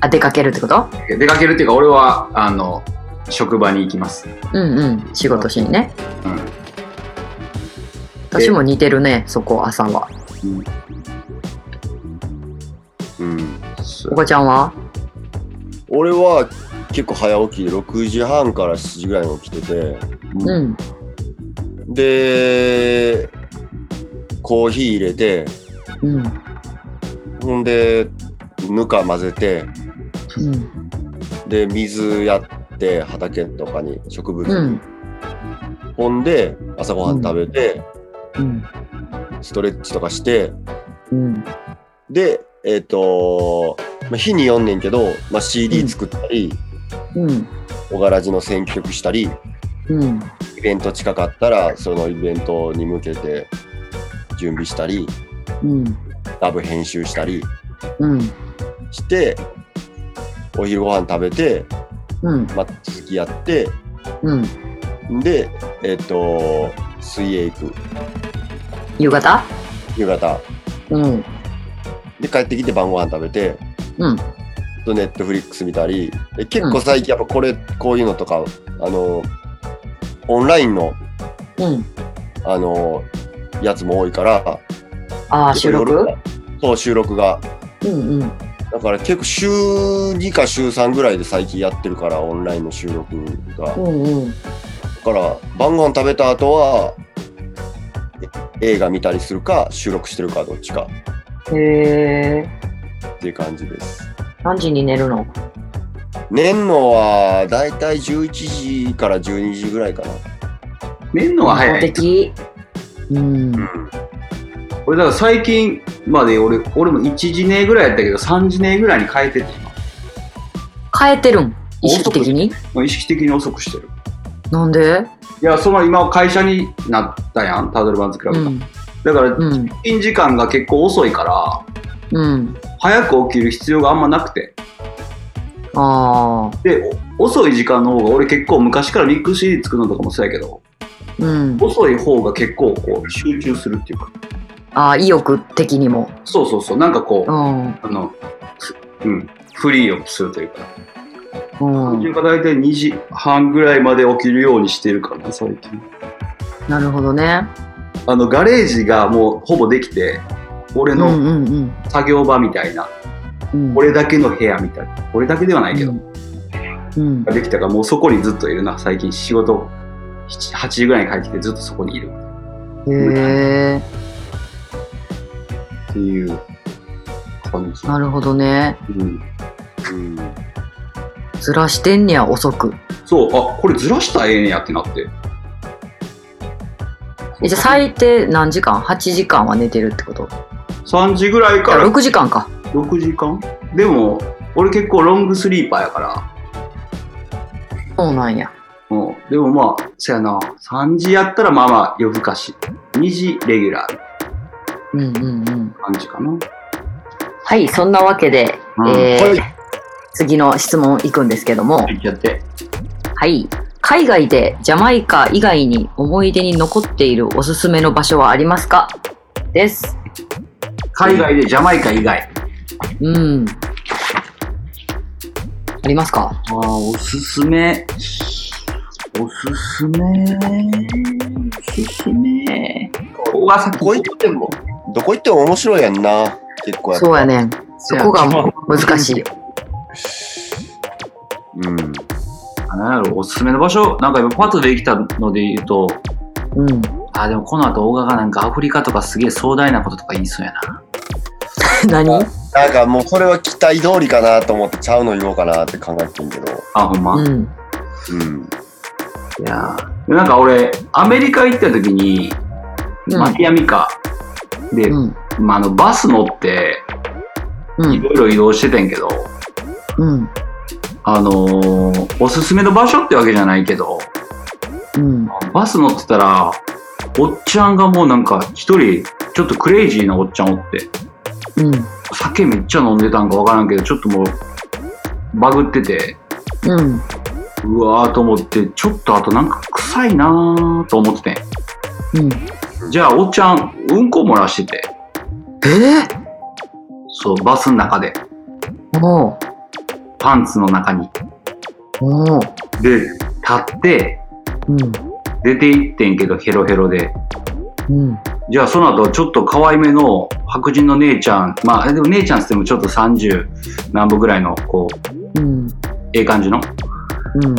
[SPEAKER 3] あ、出かけるってこと
[SPEAKER 5] 出かけるっていうか俺はあの職場に行きます
[SPEAKER 3] うんうん。仕事しにね。
[SPEAKER 5] うん
[SPEAKER 3] 私も似てるね、そこ、朝は。
[SPEAKER 4] うん。
[SPEAKER 3] お子ちゃんは
[SPEAKER 4] 俺は結構早起きで6時半から7時ぐらいに起きてて。
[SPEAKER 5] う
[SPEAKER 3] うん。
[SPEAKER 4] で、コーヒー入れて、
[SPEAKER 3] うん。
[SPEAKER 4] ほんで、ぬか混ぜて、
[SPEAKER 3] うん。
[SPEAKER 4] で、水やって、畑とかに植物に、
[SPEAKER 3] うん。
[SPEAKER 4] ほんで、朝ごはん食べて、
[SPEAKER 3] うん。
[SPEAKER 4] ストレッチとかして、
[SPEAKER 3] うん。
[SPEAKER 4] で、えっ、と、まあ、日に読んねんけど、まあ、CD 作ったり、
[SPEAKER 3] うん。
[SPEAKER 4] 小柄寺の選曲したり、
[SPEAKER 3] うん。
[SPEAKER 4] イベント近かったら、そのイベントに向けて準備したり、
[SPEAKER 3] うん。
[SPEAKER 4] ラブ編集したり
[SPEAKER 3] うん。
[SPEAKER 4] して、お昼ご飯食べて、
[SPEAKER 3] うん。
[SPEAKER 4] また続きやって、
[SPEAKER 3] うん。
[SPEAKER 4] で、えっ、と、水泳行く、
[SPEAKER 3] 夕方
[SPEAKER 4] 夕方。
[SPEAKER 3] うん。
[SPEAKER 4] で、帰ってきて晩ご飯食べて、
[SPEAKER 3] うん。
[SPEAKER 4] とネットフリックス見たり、で結構最近やっぱこれ、こういうのとか、あの、オンラインの
[SPEAKER 3] うん。
[SPEAKER 4] あのやつも多いから
[SPEAKER 3] ああ、収録
[SPEAKER 4] そう収録が
[SPEAKER 3] うんうん。
[SPEAKER 4] だから結構週2か週3ぐらいで最近やってるからオンラインの収録がだ
[SPEAKER 3] うんうん。
[SPEAKER 4] から晩ご飯食べた後はえ映画見たりするか収録してるかどっちか
[SPEAKER 3] へえ。
[SPEAKER 4] っていう感じです
[SPEAKER 3] 何時に寝るの
[SPEAKER 4] 年のはだいたい11時から12時ぐらいかな
[SPEAKER 5] 寝んのは早
[SPEAKER 3] 公
[SPEAKER 5] い。
[SPEAKER 3] 的。うん。
[SPEAKER 5] 俺、だから最近まで俺、俺も1時寝ぐらいやったけど、3時寝ぐらいに変えてて、
[SPEAKER 3] 変えてるん意識的に
[SPEAKER 5] 今。意識的に遅くしてる。
[SPEAKER 3] なんで
[SPEAKER 5] いや、その今会社になったやん、タートルバンズクラ
[SPEAKER 3] う
[SPEAKER 5] ブが。
[SPEAKER 3] ん。
[SPEAKER 5] だから、
[SPEAKER 3] うん。
[SPEAKER 5] 出勤時間が結構遅いから、
[SPEAKER 3] うん。
[SPEAKER 5] 早く起きる必要があんまなくて。
[SPEAKER 3] ああ。
[SPEAKER 5] で、お遅い時間の方が俺結構昔からミックス CD 作るのとかもそうやけど、
[SPEAKER 3] うん。
[SPEAKER 5] 遅い方が結構こう集中するっていうか。
[SPEAKER 3] ああ、意欲的にも。
[SPEAKER 5] そうそうそう、なんかこ
[SPEAKER 3] う
[SPEAKER 5] う、
[SPEAKER 3] ん。
[SPEAKER 5] あの、ふうん、フリーをするというか。
[SPEAKER 3] うん。
[SPEAKER 5] 自分が大体2時半ぐらいまで起きるようにしてるかな、最近。
[SPEAKER 3] なるほどね。
[SPEAKER 5] あの、ガレージがもうほぼできて、俺
[SPEAKER 3] うんう
[SPEAKER 5] の
[SPEAKER 3] んうん
[SPEAKER 5] 作業場みたいな、
[SPEAKER 3] うん。
[SPEAKER 5] 俺だけの部屋みたいな、俺だけではないけど、
[SPEAKER 3] うん。
[SPEAKER 5] できたからもうそこにずっといるな、最近仕事7 8時ぐらいに帰ってきてずっとそこにいる
[SPEAKER 3] うん。へえ。
[SPEAKER 5] っていう感じ。
[SPEAKER 3] なるほどね。
[SPEAKER 5] うん、
[SPEAKER 4] うん
[SPEAKER 3] ずらしてんねや、遅く。
[SPEAKER 5] そう、あ、これずらしたらええねやってなって。
[SPEAKER 3] えじゃあ最低何時間 ?8 時間は寝てるってこと
[SPEAKER 5] 3時ぐらい
[SPEAKER 3] い
[SPEAKER 5] か
[SPEAKER 3] や
[SPEAKER 5] ら
[SPEAKER 3] 6時間か。
[SPEAKER 5] 6時間でも、俺結構ロングスリーパーやから、
[SPEAKER 3] そうなんや。
[SPEAKER 5] うん、でもまあ、そやな、3時やったらまあまあ夜更かし。2時レギュラー
[SPEAKER 3] うんうんうん。
[SPEAKER 5] 感じかな。
[SPEAKER 3] はい、そんなわけで、
[SPEAKER 5] うん
[SPEAKER 3] えー次の質問いくんですけども、
[SPEAKER 5] やって。
[SPEAKER 3] はい。海外でジャマイカ以外に思い出に残っているおすすめの場所はありますかです。
[SPEAKER 5] 海外でジャマイカ以外。
[SPEAKER 3] うん。ありますか
[SPEAKER 5] ああ、おすすめ。おすすめ。おすすめ。小笠
[SPEAKER 4] こ行ってもどこ行っても面白いやんな結構やっぱ
[SPEAKER 3] そうやねん。そこがもう難しい。
[SPEAKER 4] うん
[SPEAKER 5] なんやろ、おすすめの場所。なんか今パッとできたので言うと、
[SPEAKER 3] うん。
[SPEAKER 5] あーでもこの後、大賀がなんかアフリカとかすげえ壮大なこととか言いそうやな。
[SPEAKER 3] 何
[SPEAKER 4] なんかもうそれは期待通りかなと思ってちゃうの言おうかなって考えてんけど。
[SPEAKER 5] あ、ほんま。
[SPEAKER 3] う
[SPEAKER 5] い
[SPEAKER 3] ん。
[SPEAKER 4] うん。
[SPEAKER 5] やーでなんか俺、アメリカ行った時に、
[SPEAKER 3] うん
[SPEAKER 5] マティアミカで、
[SPEAKER 3] うん。
[SPEAKER 5] まあ、あのバス乗って、
[SPEAKER 3] う
[SPEAKER 5] い
[SPEAKER 3] ん。
[SPEAKER 5] ろいろ移動してたんやけど、
[SPEAKER 3] うん。
[SPEAKER 5] あのーおすすめの場所ってわけじゃないけど、
[SPEAKER 3] うん。
[SPEAKER 5] バス乗ってたら、おっちゃんがもうなんか一人、ちょっとクレイジーなおっちゃんおって、
[SPEAKER 3] うん。
[SPEAKER 5] 酒めっちゃ飲んでたんかわからんけど、ちょっともう、バグってて、
[SPEAKER 3] うん。
[SPEAKER 5] うわーと思って、ちょっとあとなんか臭いなーと思ってて。
[SPEAKER 3] うん。
[SPEAKER 5] じゃあ、おっちゃん、うんこ漏らしてて、
[SPEAKER 3] え
[SPEAKER 5] そう、バスの中で、
[SPEAKER 3] ー、も
[SPEAKER 5] パンツの中に。
[SPEAKER 3] う、もう、
[SPEAKER 5] で、立って、
[SPEAKER 3] うん。
[SPEAKER 5] 出て行ってんけど、ヘロヘロで。
[SPEAKER 3] うん。
[SPEAKER 5] じゃあ、その後、ちょっと可愛めの白人の姉ちゃん、まあ、でも姉ちゃんっつってもちょっと30何歩ぐらいの、こう、
[SPEAKER 3] うん。
[SPEAKER 5] ええ感じの
[SPEAKER 3] うん。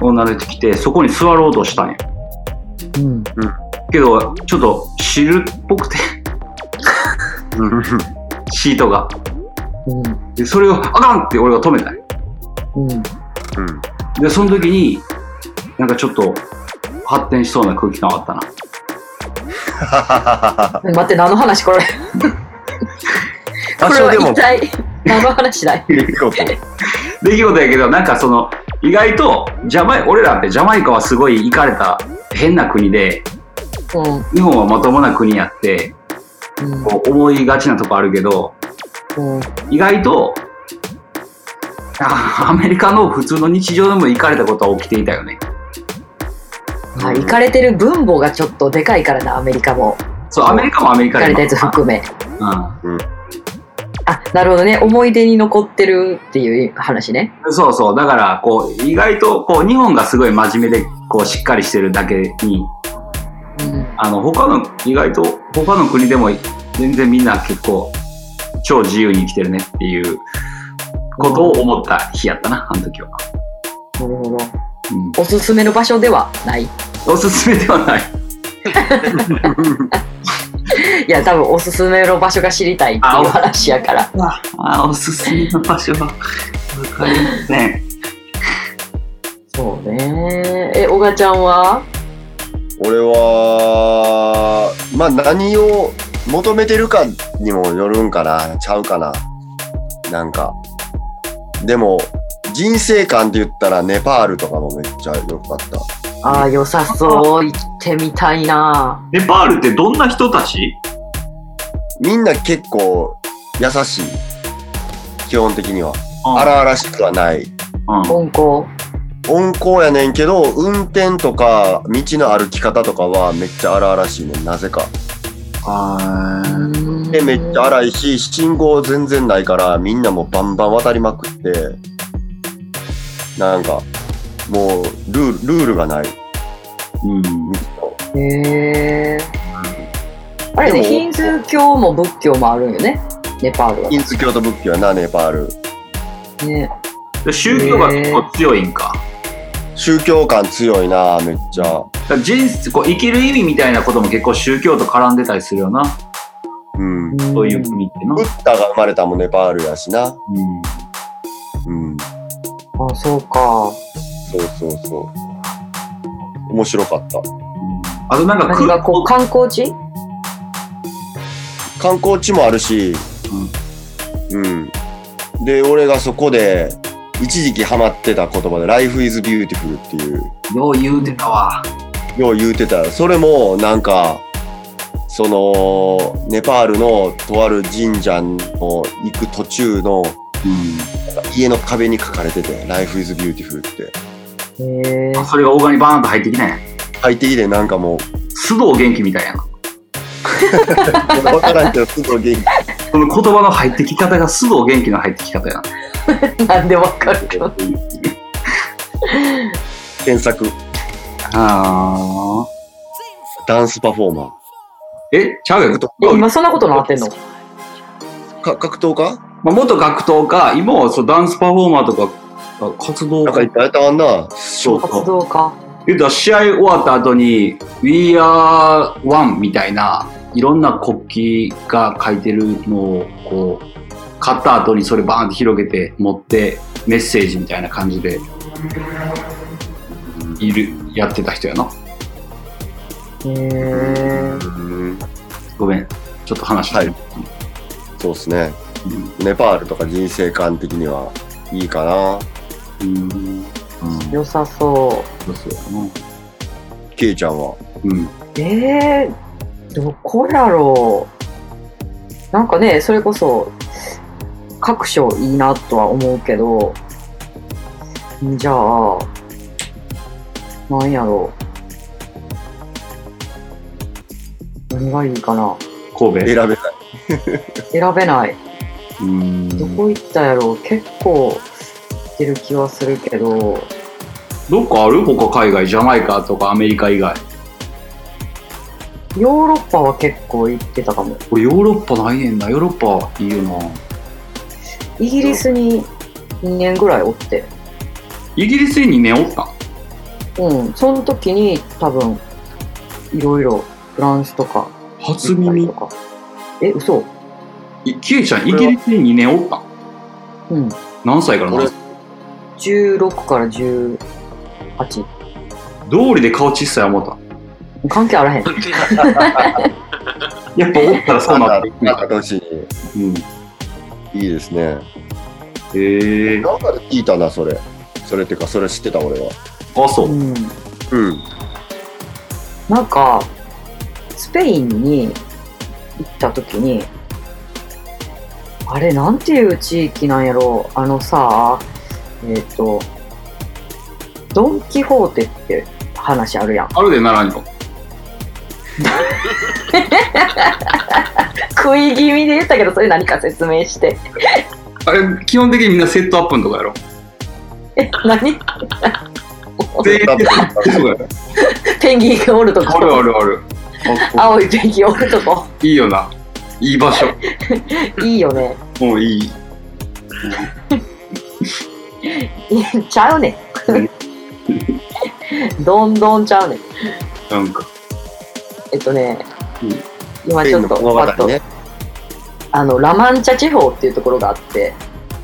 [SPEAKER 5] 女の人来て、そこに座ろうとしたんよ。
[SPEAKER 3] うん。
[SPEAKER 5] けど、ちょっと汁っぽくて、シートが。
[SPEAKER 3] うん。
[SPEAKER 5] で、それを、あかんって俺が止めたんよ
[SPEAKER 3] うん。
[SPEAKER 5] で、その時に、なんかちょっと、発展しそうな空気感はあったな。
[SPEAKER 3] 待って、何の話これ。こ
[SPEAKER 4] 多
[SPEAKER 3] れ
[SPEAKER 4] 少
[SPEAKER 3] は
[SPEAKER 4] でも
[SPEAKER 3] 一体、何の話だい
[SPEAKER 4] 出来事。
[SPEAKER 5] 出来事やけど、なんかその、意外と、ジャマイ、俺らってジャマイカはすごい行かれた変な国で、
[SPEAKER 3] うん。
[SPEAKER 5] 日本はまともな国やって、
[SPEAKER 3] うん。
[SPEAKER 5] こう思いがちなとこあるけど、
[SPEAKER 3] うん。
[SPEAKER 5] 意外と、あアメリカの普通の日常でも行かれたことは起きていたよね。
[SPEAKER 3] まあ、行かれてる分母がちょっとでかいからな、アメリカも。
[SPEAKER 5] そう、アメリカもアメリ
[SPEAKER 3] 行
[SPEAKER 5] カ
[SPEAKER 3] かれた
[SPEAKER 5] で。
[SPEAKER 3] やつ含め。
[SPEAKER 5] う
[SPEAKER 3] あ、なるほどね。思い出に残ってるっていう話ね。
[SPEAKER 5] ん、そうそう。だから、こう、意外と、こう、日本がすごい真面目で、こう、しっかりしてるだけに、
[SPEAKER 3] うん。
[SPEAKER 5] あの他の意外と他の国でも全然みんな結構超自由に生きてるねっていうことを思った日やったなあの時は、
[SPEAKER 3] なるほど。
[SPEAKER 5] うん、
[SPEAKER 3] おすすめの場所ではない。い
[SPEAKER 5] おすすめではない
[SPEAKER 3] や、多分おすすめの場所が知りたいっていう話やから。
[SPEAKER 5] あおすすめの場所はわかりません
[SPEAKER 3] そうね。え、小賀ちゃんは
[SPEAKER 4] 俺はまあ何を求めてるかにもよるんかなちゃうかななんかでも人生観って言ったらネパールとかもめっちゃ良かった
[SPEAKER 3] ああ、良さそう。行ってみたいな。
[SPEAKER 5] ネパールってどんな人たち
[SPEAKER 4] みんな結構優しい基本的には
[SPEAKER 5] あ
[SPEAKER 4] 荒々しくはない
[SPEAKER 5] うん
[SPEAKER 3] 温厚。
[SPEAKER 4] 温厚やねんけど運転とか道の歩き方とかはめっちゃ荒々しいねんなぜか
[SPEAKER 5] あ
[SPEAKER 3] う
[SPEAKER 5] ー
[SPEAKER 3] ーん
[SPEAKER 4] でめっちゃ荒いし信号全然ないからみんなもうバンバン渡りまくってなんかもうルールルールがない
[SPEAKER 5] うん
[SPEAKER 3] へえ。あれね、
[SPEAKER 4] でも
[SPEAKER 3] ヒンズー教も仏教もあるんよね。ネパールは
[SPEAKER 4] イ。ンス教徒仏教やなネパール
[SPEAKER 3] ね、
[SPEAKER 5] で宗教が結構強いんか
[SPEAKER 4] 宗教感強いなめっちゃ
[SPEAKER 5] だから人生こう生きる意味みたいなことも結構宗教と絡んでたりするよな
[SPEAKER 4] うんブ
[SPEAKER 5] そういう国ってな、う
[SPEAKER 4] ッダが生まれたもネパールやしなうん
[SPEAKER 3] あ、そうか。
[SPEAKER 4] そうそうそう面白かった
[SPEAKER 5] んあとなんか
[SPEAKER 3] 何がこう、
[SPEAKER 5] 空
[SPEAKER 3] 観光地
[SPEAKER 4] 観光地もあるし、うん。で、俺がそこで、一時期ハマってた言葉で、Life is Beautiful っていう、
[SPEAKER 5] よう言うてたわ
[SPEAKER 4] よう言うてた。それも、なんか、その、ネパールのとある神社の行く途中の、
[SPEAKER 5] う
[SPEAKER 4] 家の壁に書かれてて、Life is Beautiful って。
[SPEAKER 3] へえ。
[SPEAKER 5] ん、それが大金にバーンと入ってきない
[SPEAKER 4] 入ってきて、なんかもう、
[SPEAKER 5] 須藤元気みたいやな
[SPEAKER 4] わからんけど、すごい元
[SPEAKER 5] その言葉の入ってき方が須藤元気の入ってき方や な
[SPEAKER 3] なんでわかるか。
[SPEAKER 4] 気。検索、
[SPEAKER 5] あ
[SPEAKER 4] ダンスパフォーマ
[SPEAKER 5] ーえちゃうよ、
[SPEAKER 3] え、今そんなことなってんの
[SPEAKER 4] ー。か格闘家
[SPEAKER 5] まあ、元格闘家今はそうダンスパフォーマーとかあ活動
[SPEAKER 4] なんかいっぱいやったわんな。
[SPEAKER 5] そう
[SPEAKER 3] 活
[SPEAKER 5] そう
[SPEAKER 3] 動家。
[SPEAKER 5] 言うたら試合終わった後に「We are one」みたいないろんな国旗が書いてるのをこう買った後にそれバーンって広げて持ってメッセージみたいな感じでいるやってた人やな
[SPEAKER 3] へえ。
[SPEAKER 4] うん。
[SPEAKER 5] ごめんちょっと話してる、
[SPEAKER 4] そうっすね。ネパールとか人生観的にはいいかな。
[SPEAKER 5] うんうん
[SPEAKER 3] 良さそ
[SPEAKER 5] そうそうや
[SPEAKER 4] ケイちゃんは。
[SPEAKER 5] なうん
[SPEAKER 3] う。えー、どこやろう。なんかね、それこそ、各所いいなとは思うけど、じゃあ、なんやろう。何がいいかな。
[SPEAKER 5] 神
[SPEAKER 4] 選
[SPEAKER 5] 戸
[SPEAKER 4] べない。
[SPEAKER 3] 選べない。
[SPEAKER 5] うん
[SPEAKER 3] どこ行ったやろう。結構、行ってる気はするけど、
[SPEAKER 5] どっかある他海外ジャマイカとかアメリカ以外
[SPEAKER 3] ヨーロッパは結構行ってたかも。
[SPEAKER 5] 俺ヨーロッパないねんなヨーロッパいいよな
[SPEAKER 3] イギリスに2年ぐらいおって。
[SPEAKER 5] イギリスに2年おったん
[SPEAKER 3] うん、その時に多分いろいろフランスとか
[SPEAKER 5] 初
[SPEAKER 3] イタリア
[SPEAKER 5] 耳
[SPEAKER 3] とかえ嘘
[SPEAKER 5] いキエちゃんイギリスに2年おったん
[SPEAKER 3] うん
[SPEAKER 5] 何歳から何歳
[SPEAKER 3] 16から18
[SPEAKER 5] 道理で顔小さい思った
[SPEAKER 3] 関係あらへん
[SPEAKER 5] やっぱおったらそうな
[SPEAKER 4] な
[SPEAKER 5] っ
[SPEAKER 4] ん
[SPEAKER 5] て
[SPEAKER 4] か
[SPEAKER 5] る、
[SPEAKER 4] 楽し
[SPEAKER 5] うん、
[SPEAKER 4] い。いいですね。
[SPEAKER 5] へえ
[SPEAKER 4] なんかで聞いたな、それ。それってか、それ知ってた俺は。
[SPEAKER 5] あそううん
[SPEAKER 4] うん。
[SPEAKER 3] なんかスペインに行った時にあれなんていう地域なんやろうあのさえっ、とドン・キホーテって話あるやん
[SPEAKER 5] あるでならんよ
[SPEAKER 3] 食い気味で言ったけどそれ何か説明して
[SPEAKER 5] あれ基本的にみんなセットアップのとこやろ
[SPEAKER 3] え何
[SPEAKER 5] 全員セットアップのとこやろ
[SPEAKER 3] ペンギンがおると
[SPEAKER 5] ある
[SPEAKER 3] こ
[SPEAKER 5] あるあるあ
[SPEAKER 3] 青いペンキ置くとこ。
[SPEAKER 5] いいよな。いい場所。
[SPEAKER 3] いいよね。
[SPEAKER 5] もういい。
[SPEAKER 3] いやちゃうねん。どんどんちゃうねん。
[SPEAKER 5] なんか。
[SPEAKER 3] えっとね
[SPEAKER 5] うん、
[SPEAKER 3] 今
[SPEAKER 4] ペ
[SPEAKER 3] ち
[SPEAKER 4] イ
[SPEAKER 3] ょ
[SPEAKER 4] ン
[SPEAKER 3] っ
[SPEAKER 4] の
[SPEAKER 3] と、
[SPEAKER 4] 物
[SPEAKER 3] パッ
[SPEAKER 4] 語
[SPEAKER 3] と、
[SPEAKER 4] ね。
[SPEAKER 3] あの、ラマンチャ地方っていうところがあって、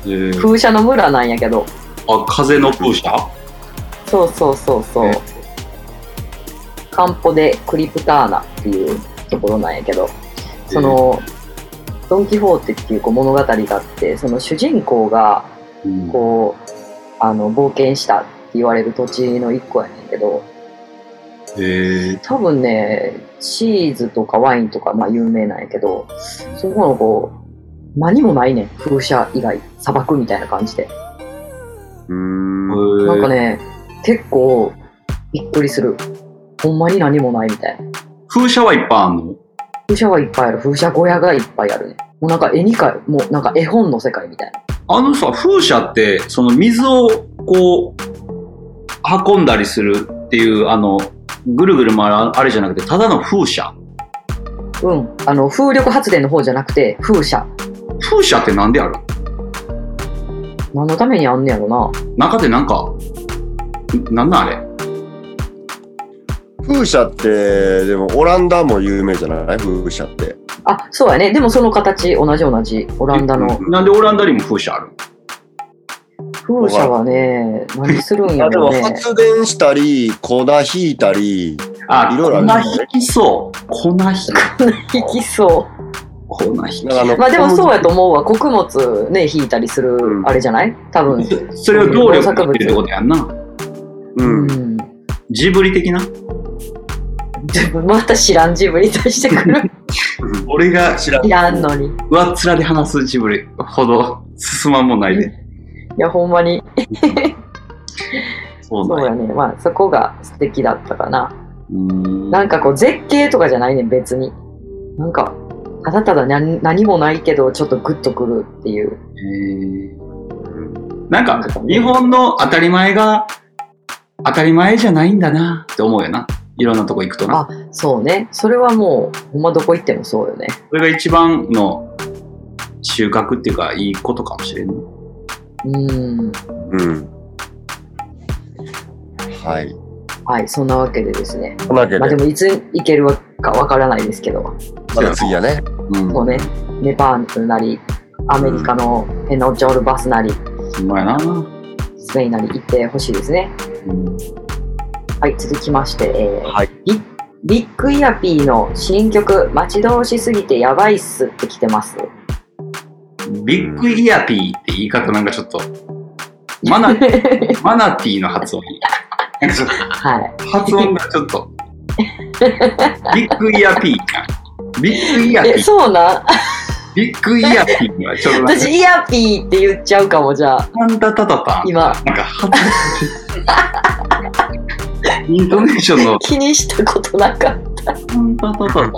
[SPEAKER 5] えー、
[SPEAKER 3] 風車の村なんやけど、
[SPEAKER 5] あ、風の風車
[SPEAKER 3] そうそうそうそう
[SPEAKER 5] え。
[SPEAKER 3] カンポでクリプターナっていうところなんやけど、その、ドン・キホーテっていうこう物語があって、その主人公が、
[SPEAKER 5] うん
[SPEAKER 3] こう、あの、冒険したって言われる土地の一個やねんけど、
[SPEAKER 5] えー、
[SPEAKER 3] 多分ね、チーズとかワインとか、まあ有名なんやけど、そこのこう、何もないねん。風車以外、砂漠みたいな感じで。
[SPEAKER 4] うーん。
[SPEAKER 3] なんか
[SPEAKER 5] えー
[SPEAKER 3] ね、結構、びっくりする。ほんまに何もないみたいな。
[SPEAKER 5] 風車はいっぱいあんの
[SPEAKER 3] 風車はいっぱいある。風車小屋がいっぱいあるね。もうなんか絵にかもうなんか絵本の世界みたいな。
[SPEAKER 5] あのさ、風車って、その水をこう、運んだりするっていう、あの、ぐるぐる回るあれじゃなくて、ただの風車。
[SPEAKER 3] うん。あの、風力発電の方じゃなくて、風車。
[SPEAKER 5] 風車ってなんである
[SPEAKER 3] 何のためにあんねやろな。
[SPEAKER 5] 中でなんか、んなんなんあれ
[SPEAKER 4] 風車って、でもオランダも有名じゃない風車って。
[SPEAKER 3] あ、そうやね。でもその形、同じ同じ。オランダの。
[SPEAKER 5] なんでオランダにも風車ある
[SPEAKER 3] 風車はね、何するんや
[SPEAKER 4] あで
[SPEAKER 3] ろ
[SPEAKER 4] も
[SPEAKER 3] うね。
[SPEAKER 4] 発電したり、粉引いたり、
[SPEAKER 5] あ、
[SPEAKER 4] いろいろある
[SPEAKER 5] 粉引きそう。粉引く。
[SPEAKER 3] 引きそ
[SPEAKER 5] 粉引
[SPEAKER 4] なんかあの
[SPEAKER 3] う。まあでもそうやと思うわ。穀物ね、引いたりする、あれじゃない多分。
[SPEAKER 5] き。それを動力っていうってことやんな。
[SPEAKER 4] うん。
[SPEAKER 3] ん。
[SPEAKER 5] ジブリ的な
[SPEAKER 3] でもまた知らんジブリ出してく る。
[SPEAKER 5] 俺が知ら
[SPEAKER 3] いらんのに。い
[SPEAKER 5] 上っ面で話すジブリほど進まんもんないで。
[SPEAKER 3] や、ほんまに。
[SPEAKER 5] そう
[SPEAKER 3] そう
[SPEAKER 5] だ
[SPEAKER 3] や
[SPEAKER 5] ね。
[SPEAKER 3] ね。まあそこが素敵だったかな。
[SPEAKER 5] うん
[SPEAKER 3] なんかこう、絶景とかじゃないねん、別に。なんか、ただただ何何もないけど、ちょっとグッとくるっていう。
[SPEAKER 5] えーなんか日本の当たり前が当たり前じゃないんだなって思うよな。いろんなとこ行くとな。
[SPEAKER 3] そうね。それはもう、ほんまどこ行ってもそうよね。
[SPEAKER 5] それが一番の収穫っていうかいいことかもしれんね。
[SPEAKER 3] うん。
[SPEAKER 4] うん。はい。
[SPEAKER 3] はい、そんなわけでですね。
[SPEAKER 4] というわけ
[SPEAKER 3] まあで
[SPEAKER 4] で、
[SPEAKER 3] もいつ行けるかわからないですけど、
[SPEAKER 4] まだ次やね。
[SPEAKER 5] うん。
[SPEAKER 3] そうね、ネパールなり、アメリカのヘノジョールバスなり、
[SPEAKER 5] ほんまやな。う
[SPEAKER 3] スペインなり行ってほしいですね。
[SPEAKER 5] ん
[SPEAKER 3] はい、続きまして、えー
[SPEAKER 4] はい
[SPEAKER 3] ビビッグイヤピーの新曲、待ち遠しすぎてやばいっすって来てます。
[SPEAKER 5] ビッグイヤピーって言い方なんかちょっと、マナマナティーの発音。なんかちょっ
[SPEAKER 3] はい。
[SPEAKER 5] と発音がちょ っと。ビッグイヤピーか。ビッグイヤピ
[SPEAKER 3] え、
[SPEAKER 5] ー。
[SPEAKER 3] そうなん
[SPEAKER 5] ビッグイヤピーはちょっとなんか
[SPEAKER 3] 私、、イヤピーって言っちゃうかも、じゃあ、
[SPEAKER 5] タンタタタタン。
[SPEAKER 3] 今、
[SPEAKER 5] なんか発音。イントネーションの
[SPEAKER 3] 気にしたことなかっ
[SPEAKER 5] タンタタタタン。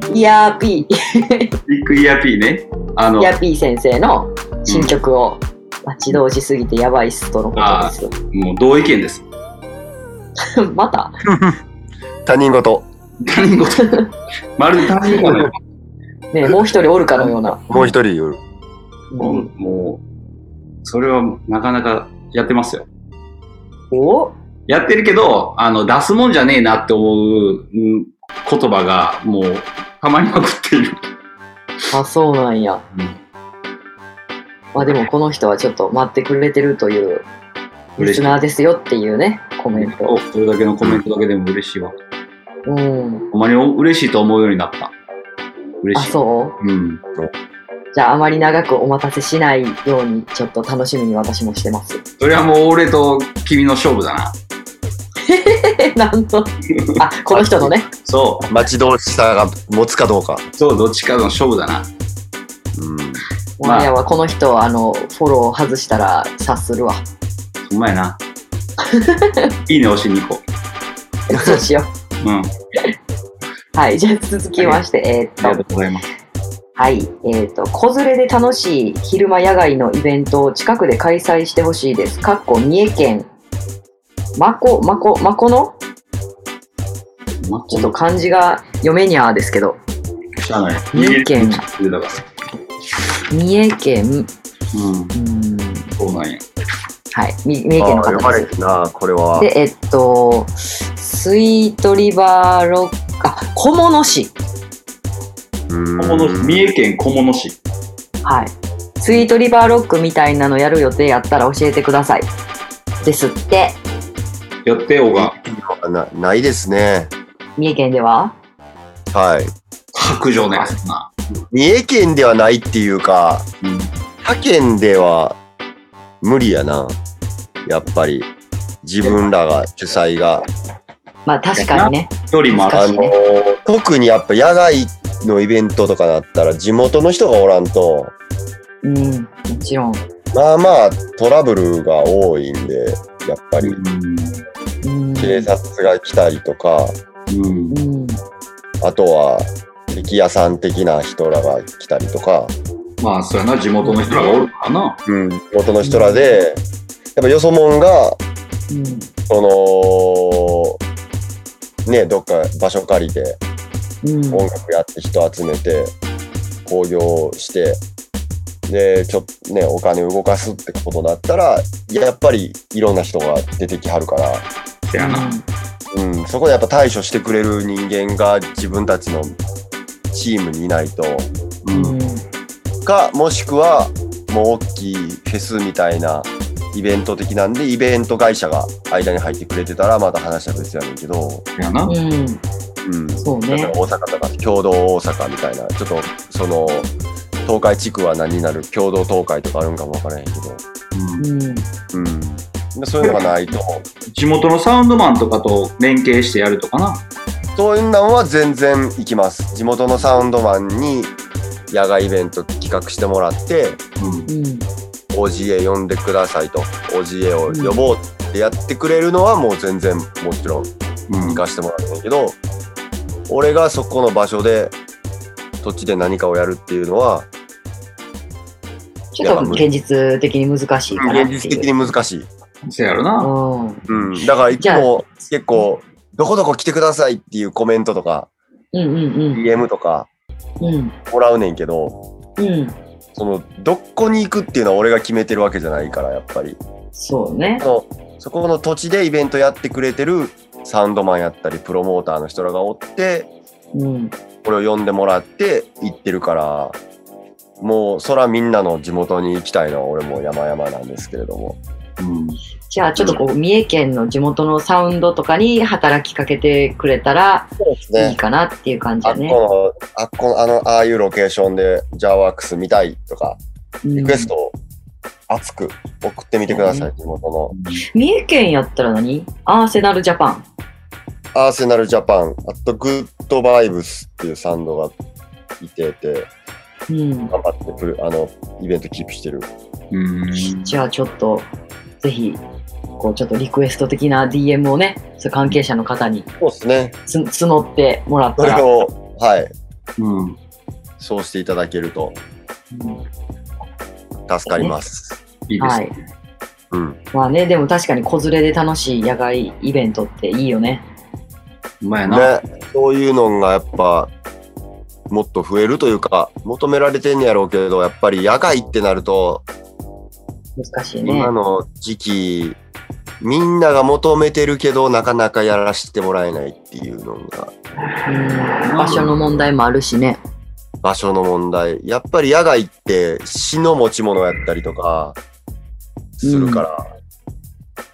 [SPEAKER 3] た。イヤピー、
[SPEAKER 5] ビッグイヤピーね。あの
[SPEAKER 3] イ、ヤピー先生の新曲を待ち遠しすぎてやばいっすとのことです。
[SPEAKER 5] もう同意見です。
[SPEAKER 3] また
[SPEAKER 4] 他人事。
[SPEAKER 5] 他人事。まるで他人事。
[SPEAKER 3] ねもう一人おるかのような。
[SPEAKER 4] もう一人言う。
[SPEAKER 5] もう、もうそれはなかなかやってますよ。
[SPEAKER 3] お
[SPEAKER 5] やってるけど、あの、出すもんじゃねえなって思ううん言葉が、もう、たまにまくっている。
[SPEAKER 3] あ、そうなんや。まあでもこの人はちょっと待ってくれてるという、リスナーですよっていうね、コメント。
[SPEAKER 5] おそれだけのコメントだけでも嬉しいわ。
[SPEAKER 3] うん。
[SPEAKER 5] ほんまにお嬉しいと思うようになった。嬉
[SPEAKER 3] あ、
[SPEAKER 5] しい。
[SPEAKER 3] そう
[SPEAKER 5] うん。
[SPEAKER 3] じゃああまり長くお待たせしないように、ちょっと楽しみに私もしてます。
[SPEAKER 5] それはもう俺と君の勝負だな。
[SPEAKER 3] え、なん と。あ、この人のね。
[SPEAKER 5] そ
[SPEAKER 4] 待ち遠しさが持つかどうか。
[SPEAKER 5] う。そう、どっちかの勝負だな。
[SPEAKER 4] うん。
[SPEAKER 5] まあ
[SPEAKER 3] マヤはこの人をあの、フォロー外したら察す るわ。
[SPEAKER 5] ほんまやな。 いいね、押しに行こ
[SPEAKER 3] そうしよ
[SPEAKER 5] う。うん。あ
[SPEAKER 3] う。はい、じゃあ続きまして、えーっと
[SPEAKER 5] りがとう。ございます。
[SPEAKER 3] はい、えっ、と、子連れで楽しい昼間野外のイベントを近くで開催してほしいです。かっこ三重県、まこ、まこ、まこの
[SPEAKER 5] まあ、
[SPEAKER 3] ち
[SPEAKER 5] ち
[SPEAKER 3] ょっ
[SPEAKER 5] ょっ
[SPEAKER 3] と
[SPEAKER 5] と
[SPEAKER 3] 漢字が読めにゃーですけど、
[SPEAKER 5] しゃあない。
[SPEAKER 3] 三重県
[SPEAKER 5] だから。
[SPEAKER 3] 三重県、
[SPEAKER 5] うん
[SPEAKER 3] う。ーん、
[SPEAKER 5] そうなんや。
[SPEAKER 3] はい、み三重県の
[SPEAKER 4] あー呼ば
[SPEAKER 3] 方
[SPEAKER 4] れ
[SPEAKER 3] で
[SPEAKER 4] てな、これは
[SPEAKER 3] す。。で、えっと、スイートリバーロック、あ、小物市。
[SPEAKER 4] うん
[SPEAKER 5] 小物市三重県小物市。
[SPEAKER 3] はい。スイートリバーロックみたいなのやる予定やったら教えてください。ですって、
[SPEAKER 5] やってようが、
[SPEAKER 4] なないですね。
[SPEAKER 3] 三重県では
[SPEAKER 4] はい。
[SPEAKER 5] 白状のやつな。
[SPEAKER 4] 三重県ではないっていうか、
[SPEAKER 5] うん。
[SPEAKER 4] 他県では無理やな。やっぱり。自分らが主催が。
[SPEAKER 3] まあ確かにね。
[SPEAKER 5] 距離もある
[SPEAKER 4] あ
[SPEAKER 3] 難し
[SPEAKER 4] の
[SPEAKER 3] いね
[SPEAKER 4] ー特にやっぱ野外のイベントとかだったら地元の人がおらんと、
[SPEAKER 3] うん、もちろん。
[SPEAKER 4] まあまあトラブルが多いんで、やっぱり
[SPEAKER 5] う
[SPEAKER 3] うん。
[SPEAKER 4] 警察が来たりとか、
[SPEAKER 5] ん。
[SPEAKER 3] うん。
[SPEAKER 4] あとは敵屋さん的な人らが来たりとか、
[SPEAKER 5] まあ、そうやな、地元の人がおるからな。
[SPEAKER 4] うん、地元の人らで、やっぱよそもんが、
[SPEAKER 3] うん。
[SPEAKER 4] その、ね、どっか場所借りて
[SPEAKER 3] うん。
[SPEAKER 4] 音楽やって人集めて興行してでちょっとねお金動かすってことだったらやっぱりいろんな人が出てきはるから、
[SPEAKER 5] せやな。
[SPEAKER 4] うん、そこでやっぱ対処してくれる人間が自分たちのチームにいないと
[SPEAKER 5] うん。
[SPEAKER 4] かもしくはもう大きいフェスみたいなイベント的なんでイベント会社が間に入ってくれてたらまた話は別やねんけど、
[SPEAKER 5] せやな
[SPEAKER 3] う。ん。うん。
[SPEAKER 4] うん、
[SPEAKER 3] そう
[SPEAKER 4] 例えば
[SPEAKER 3] ね。
[SPEAKER 4] 大阪とか共同大阪みたいなちょっとその東海地区は何になる共同東海とかあるんかもわからへんけど、
[SPEAKER 3] うん。
[SPEAKER 4] うん、でそういうのがないと
[SPEAKER 5] 地元のサウンドマンとかと連携してやるとかな。
[SPEAKER 4] そういうのは全然行きます地元のサウンドマンに野外イベント企画してもらって
[SPEAKER 5] うん。
[SPEAKER 3] うん。
[SPEAKER 4] OGA 呼んでくださいと OGA を呼ぼうってやってくれるのはもう全然もちろん
[SPEAKER 5] うん
[SPEAKER 4] 行。かしてもらうんだけど俺がそこの場所で土地で何かをやるっていうのは
[SPEAKER 3] ちょっと現実的に難しいかなって
[SPEAKER 4] 現
[SPEAKER 3] いう。
[SPEAKER 4] 実的に難しい。
[SPEAKER 5] せやろな。
[SPEAKER 3] うん。
[SPEAKER 4] うん、だからいつ
[SPEAKER 3] じゃあ
[SPEAKER 4] も結構、どこどこ来てくださいっていうコメントとか、
[SPEAKER 3] うんうん
[SPEAKER 4] DM とか
[SPEAKER 3] うん。うん。
[SPEAKER 4] もらうねんけど、
[SPEAKER 3] うん。
[SPEAKER 4] その、どこに行くっていうのは俺が決めてるわけじゃないから、やっぱり。
[SPEAKER 3] そうね。
[SPEAKER 4] そのそこの土地でイベントやってくれてるサウンドマンやったり、プロモーターの人らがおって、
[SPEAKER 3] うん。
[SPEAKER 4] これを呼んでもらって行ってるから、もう、そらみんなの地元に行きたいのは俺も山々なんですけれども。
[SPEAKER 5] うん。
[SPEAKER 3] じゃあちょっとこう、三重県の地元のサウンドとかに働きかけてくれたら
[SPEAKER 4] そうです
[SPEAKER 3] いい。かなっていう感じ
[SPEAKER 4] あっ
[SPEAKER 3] だ
[SPEAKER 4] こ
[SPEAKER 3] ね。
[SPEAKER 4] の、あっこの、あの、ああいうロケーションで、ジャーワークス見たいとか、リクエストを熱く送ってみてください、地元の。
[SPEAKER 3] 三重県やったら何アーセナルジャパン。
[SPEAKER 4] アーセナルジャパン、あとグッドバイブスっていうサンドがいてて、
[SPEAKER 3] うん。
[SPEAKER 4] 頑張ってプルあの、イベントキープしてる。
[SPEAKER 5] うん。
[SPEAKER 3] じゃあちょっと、ぜひ、こう、ちょっとリクエスト的な DM をね、そう関係者の方に
[SPEAKER 4] そうですね。
[SPEAKER 3] つ募ってもらっ
[SPEAKER 4] そ
[SPEAKER 3] た
[SPEAKER 4] れ
[SPEAKER 3] ら、
[SPEAKER 4] を、はい、
[SPEAKER 5] うん。
[SPEAKER 4] そうしていただけると
[SPEAKER 3] うん
[SPEAKER 4] 助かります。
[SPEAKER 5] いいで
[SPEAKER 3] は
[SPEAKER 5] す
[SPEAKER 3] い。
[SPEAKER 5] ね。
[SPEAKER 4] うん。
[SPEAKER 3] まあね、でも確かに子連れで楽しい野外イベントっていいよね。
[SPEAKER 5] うまやな。
[SPEAKER 4] ね、そういうのがやっぱ、もっと増えるというか、求められてんねやろうけど、やっぱり野外ってなると、
[SPEAKER 3] 難しいね
[SPEAKER 4] 今。の時期、みんなが求めてるけど、なかなかやらせてもらえないっていうのが、
[SPEAKER 3] うん場所の問題もあるしね。
[SPEAKER 4] 場所の問題。やっぱり野外って詩の持ち物やったりとか、するから、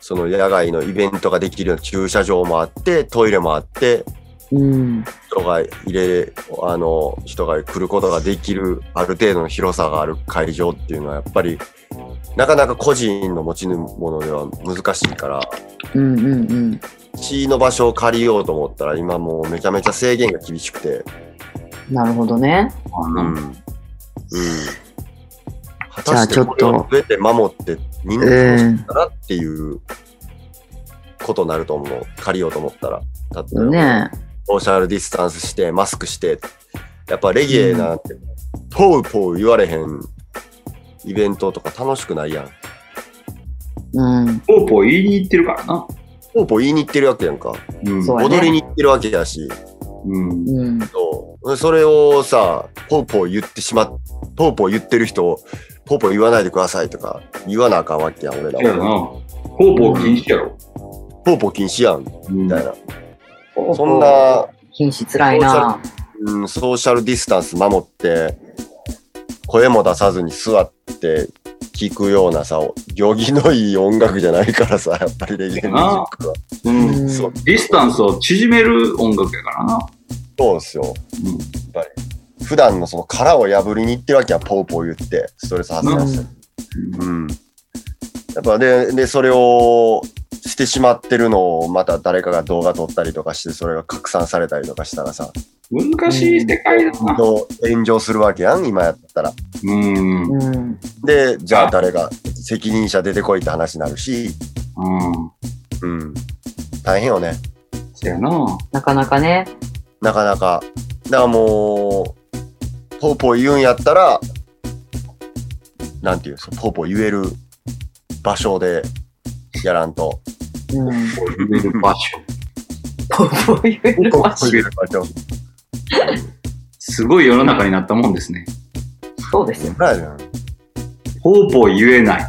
[SPEAKER 4] その野外のイベントができるような駐車場もあって、トイレもあって、
[SPEAKER 3] うん。
[SPEAKER 4] 人が入れ、あの、人が来ることができる、ある程度の広さがある会場っていうのは、やっぱり、なかなか個人の持ち物では難しいから、
[SPEAKER 3] うんうんうん。
[SPEAKER 4] 地の場所を借りようと思ったら今もうめちゃめちゃ制限が厳しくて、
[SPEAKER 3] なるほどね。
[SPEAKER 4] うん
[SPEAKER 5] うん
[SPEAKER 4] 果たして
[SPEAKER 3] じゃあちょ
[SPEAKER 4] こ
[SPEAKER 3] っと
[SPEAKER 4] れを全て守ってみんな楽しんだらっていうことになると思う借りようと思ったらだって
[SPEAKER 3] ね
[SPEAKER 4] ソーシャルディスタンスしてマスクしてやっぱレゲエなんて、ポウポウ言われへんイベントとか楽しくないやん
[SPEAKER 3] うん。
[SPEAKER 5] ポーポー言いに行ってるからな。
[SPEAKER 4] ポーポー言いに行ってるわけやんか。
[SPEAKER 5] うん
[SPEAKER 3] そうやね
[SPEAKER 4] 踊りに行ってるわけやし。
[SPEAKER 5] うん
[SPEAKER 3] うん。
[SPEAKER 4] そうそれをさ、ポーポー言ってしまっ、ポーポー言ってる人を、ポーポー言わないでくださいとか、言わなあかんわけやん、俺
[SPEAKER 5] そうや
[SPEAKER 4] ら
[SPEAKER 5] な
[SPEAKER 4] は。
[SPEAKER 5] ポーポー禁止やろ
[SPEAKER 4] ポーポー禁止やん、み
[SPEAKER 5] うん
[SPEAKER 4] たいな。そんな、
[SPEAKER 3] 品質辛いな。
[SPEAKER 4] うん、ソーシャルディスタンス守って、声も出さずに座って聞くようなさ、行儀のいい音楽じゃないからさ、 やっぱりレゲエミュージックは。
[SPEAKER 5] うん
[SPEAKER 3] うん
[SPEAKER 4] そう
[SPEAKER 5] ディスタンスを縮める音楽やからな
[SPEAKER 4] そうですよ。普段のその殻を破りに行ってるわけやん、ポーポー言って、ストレス発散して。うん。やっぱで、で、それをしてしまってるのを、また誰かが動画撮ったりとかして、それが拡散されたりとかしたらさ、
[SPEAKER 5] うん難しい世界だな
[SPEAKER 4] どう炎上するわけやん、今やったら。
[SPEAKER 5] うんうん
[SPEAKER 3] うん。
[SPEAKER 4] で、じゃあ誰が、責任者出てこいって話になるし、うん。大変よね。
[SPEAKER 5] そうやな
[SPEAKER 3] なかなかね。
[SPEAKER 4] なかなか。だからもう、ポーポー言うんやったら、なんていうんですか、ポーポー言える場所でやらんと。
[SPEAKER 3] うん。
[SPEAKER 5] こういう場所
[SPEAKER 3] ポーポー言える場所
[SPEAKER 4] 言える場所。
[SPEAKER 5] すごい世の中になったもんですね
[SPEAKER 3] そうです よ。
[SPEAKER 4] なんやねん
[SPEAKER 5] ポーポー言えない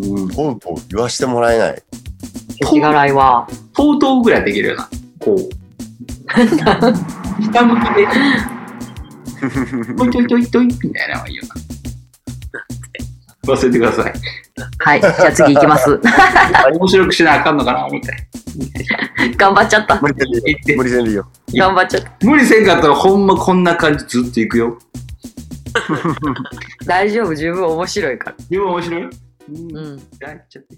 [SPEAKER 5] うん
[SPEAKER 4] ポーポー言わしてもらえない。
[SPEAKER 3] 世知辛いは。
[SPEAKER 5] とうとうぐらいできるよなこ う下向きでトイトイトイトイみたいなのがいいよな忘れてください
[SPEAKER 3] はい。じゃあ次行きます。
[SPEAKER 5] 面白くしなあかんのかな思って
[SPEAKER 3] 頑張っちゃった。
[SPEAKER 4] 無理せんでいいよ。無理せんでいいよ。
[SPEAKER 3] 頑張っちゃった。
[SPEAKER 5] 無理せんかったらほんまこんな感じずっといくよ
[SPEAKER 3] 大丈夫、十分面白いから。
[SPEAKER 5] でも面白い、う
[SPEAKER 3] う
[SPEAKER 5] ん
[SPEAKER 3] ん。
[SPEAKER 5] じゃあ行っちゃって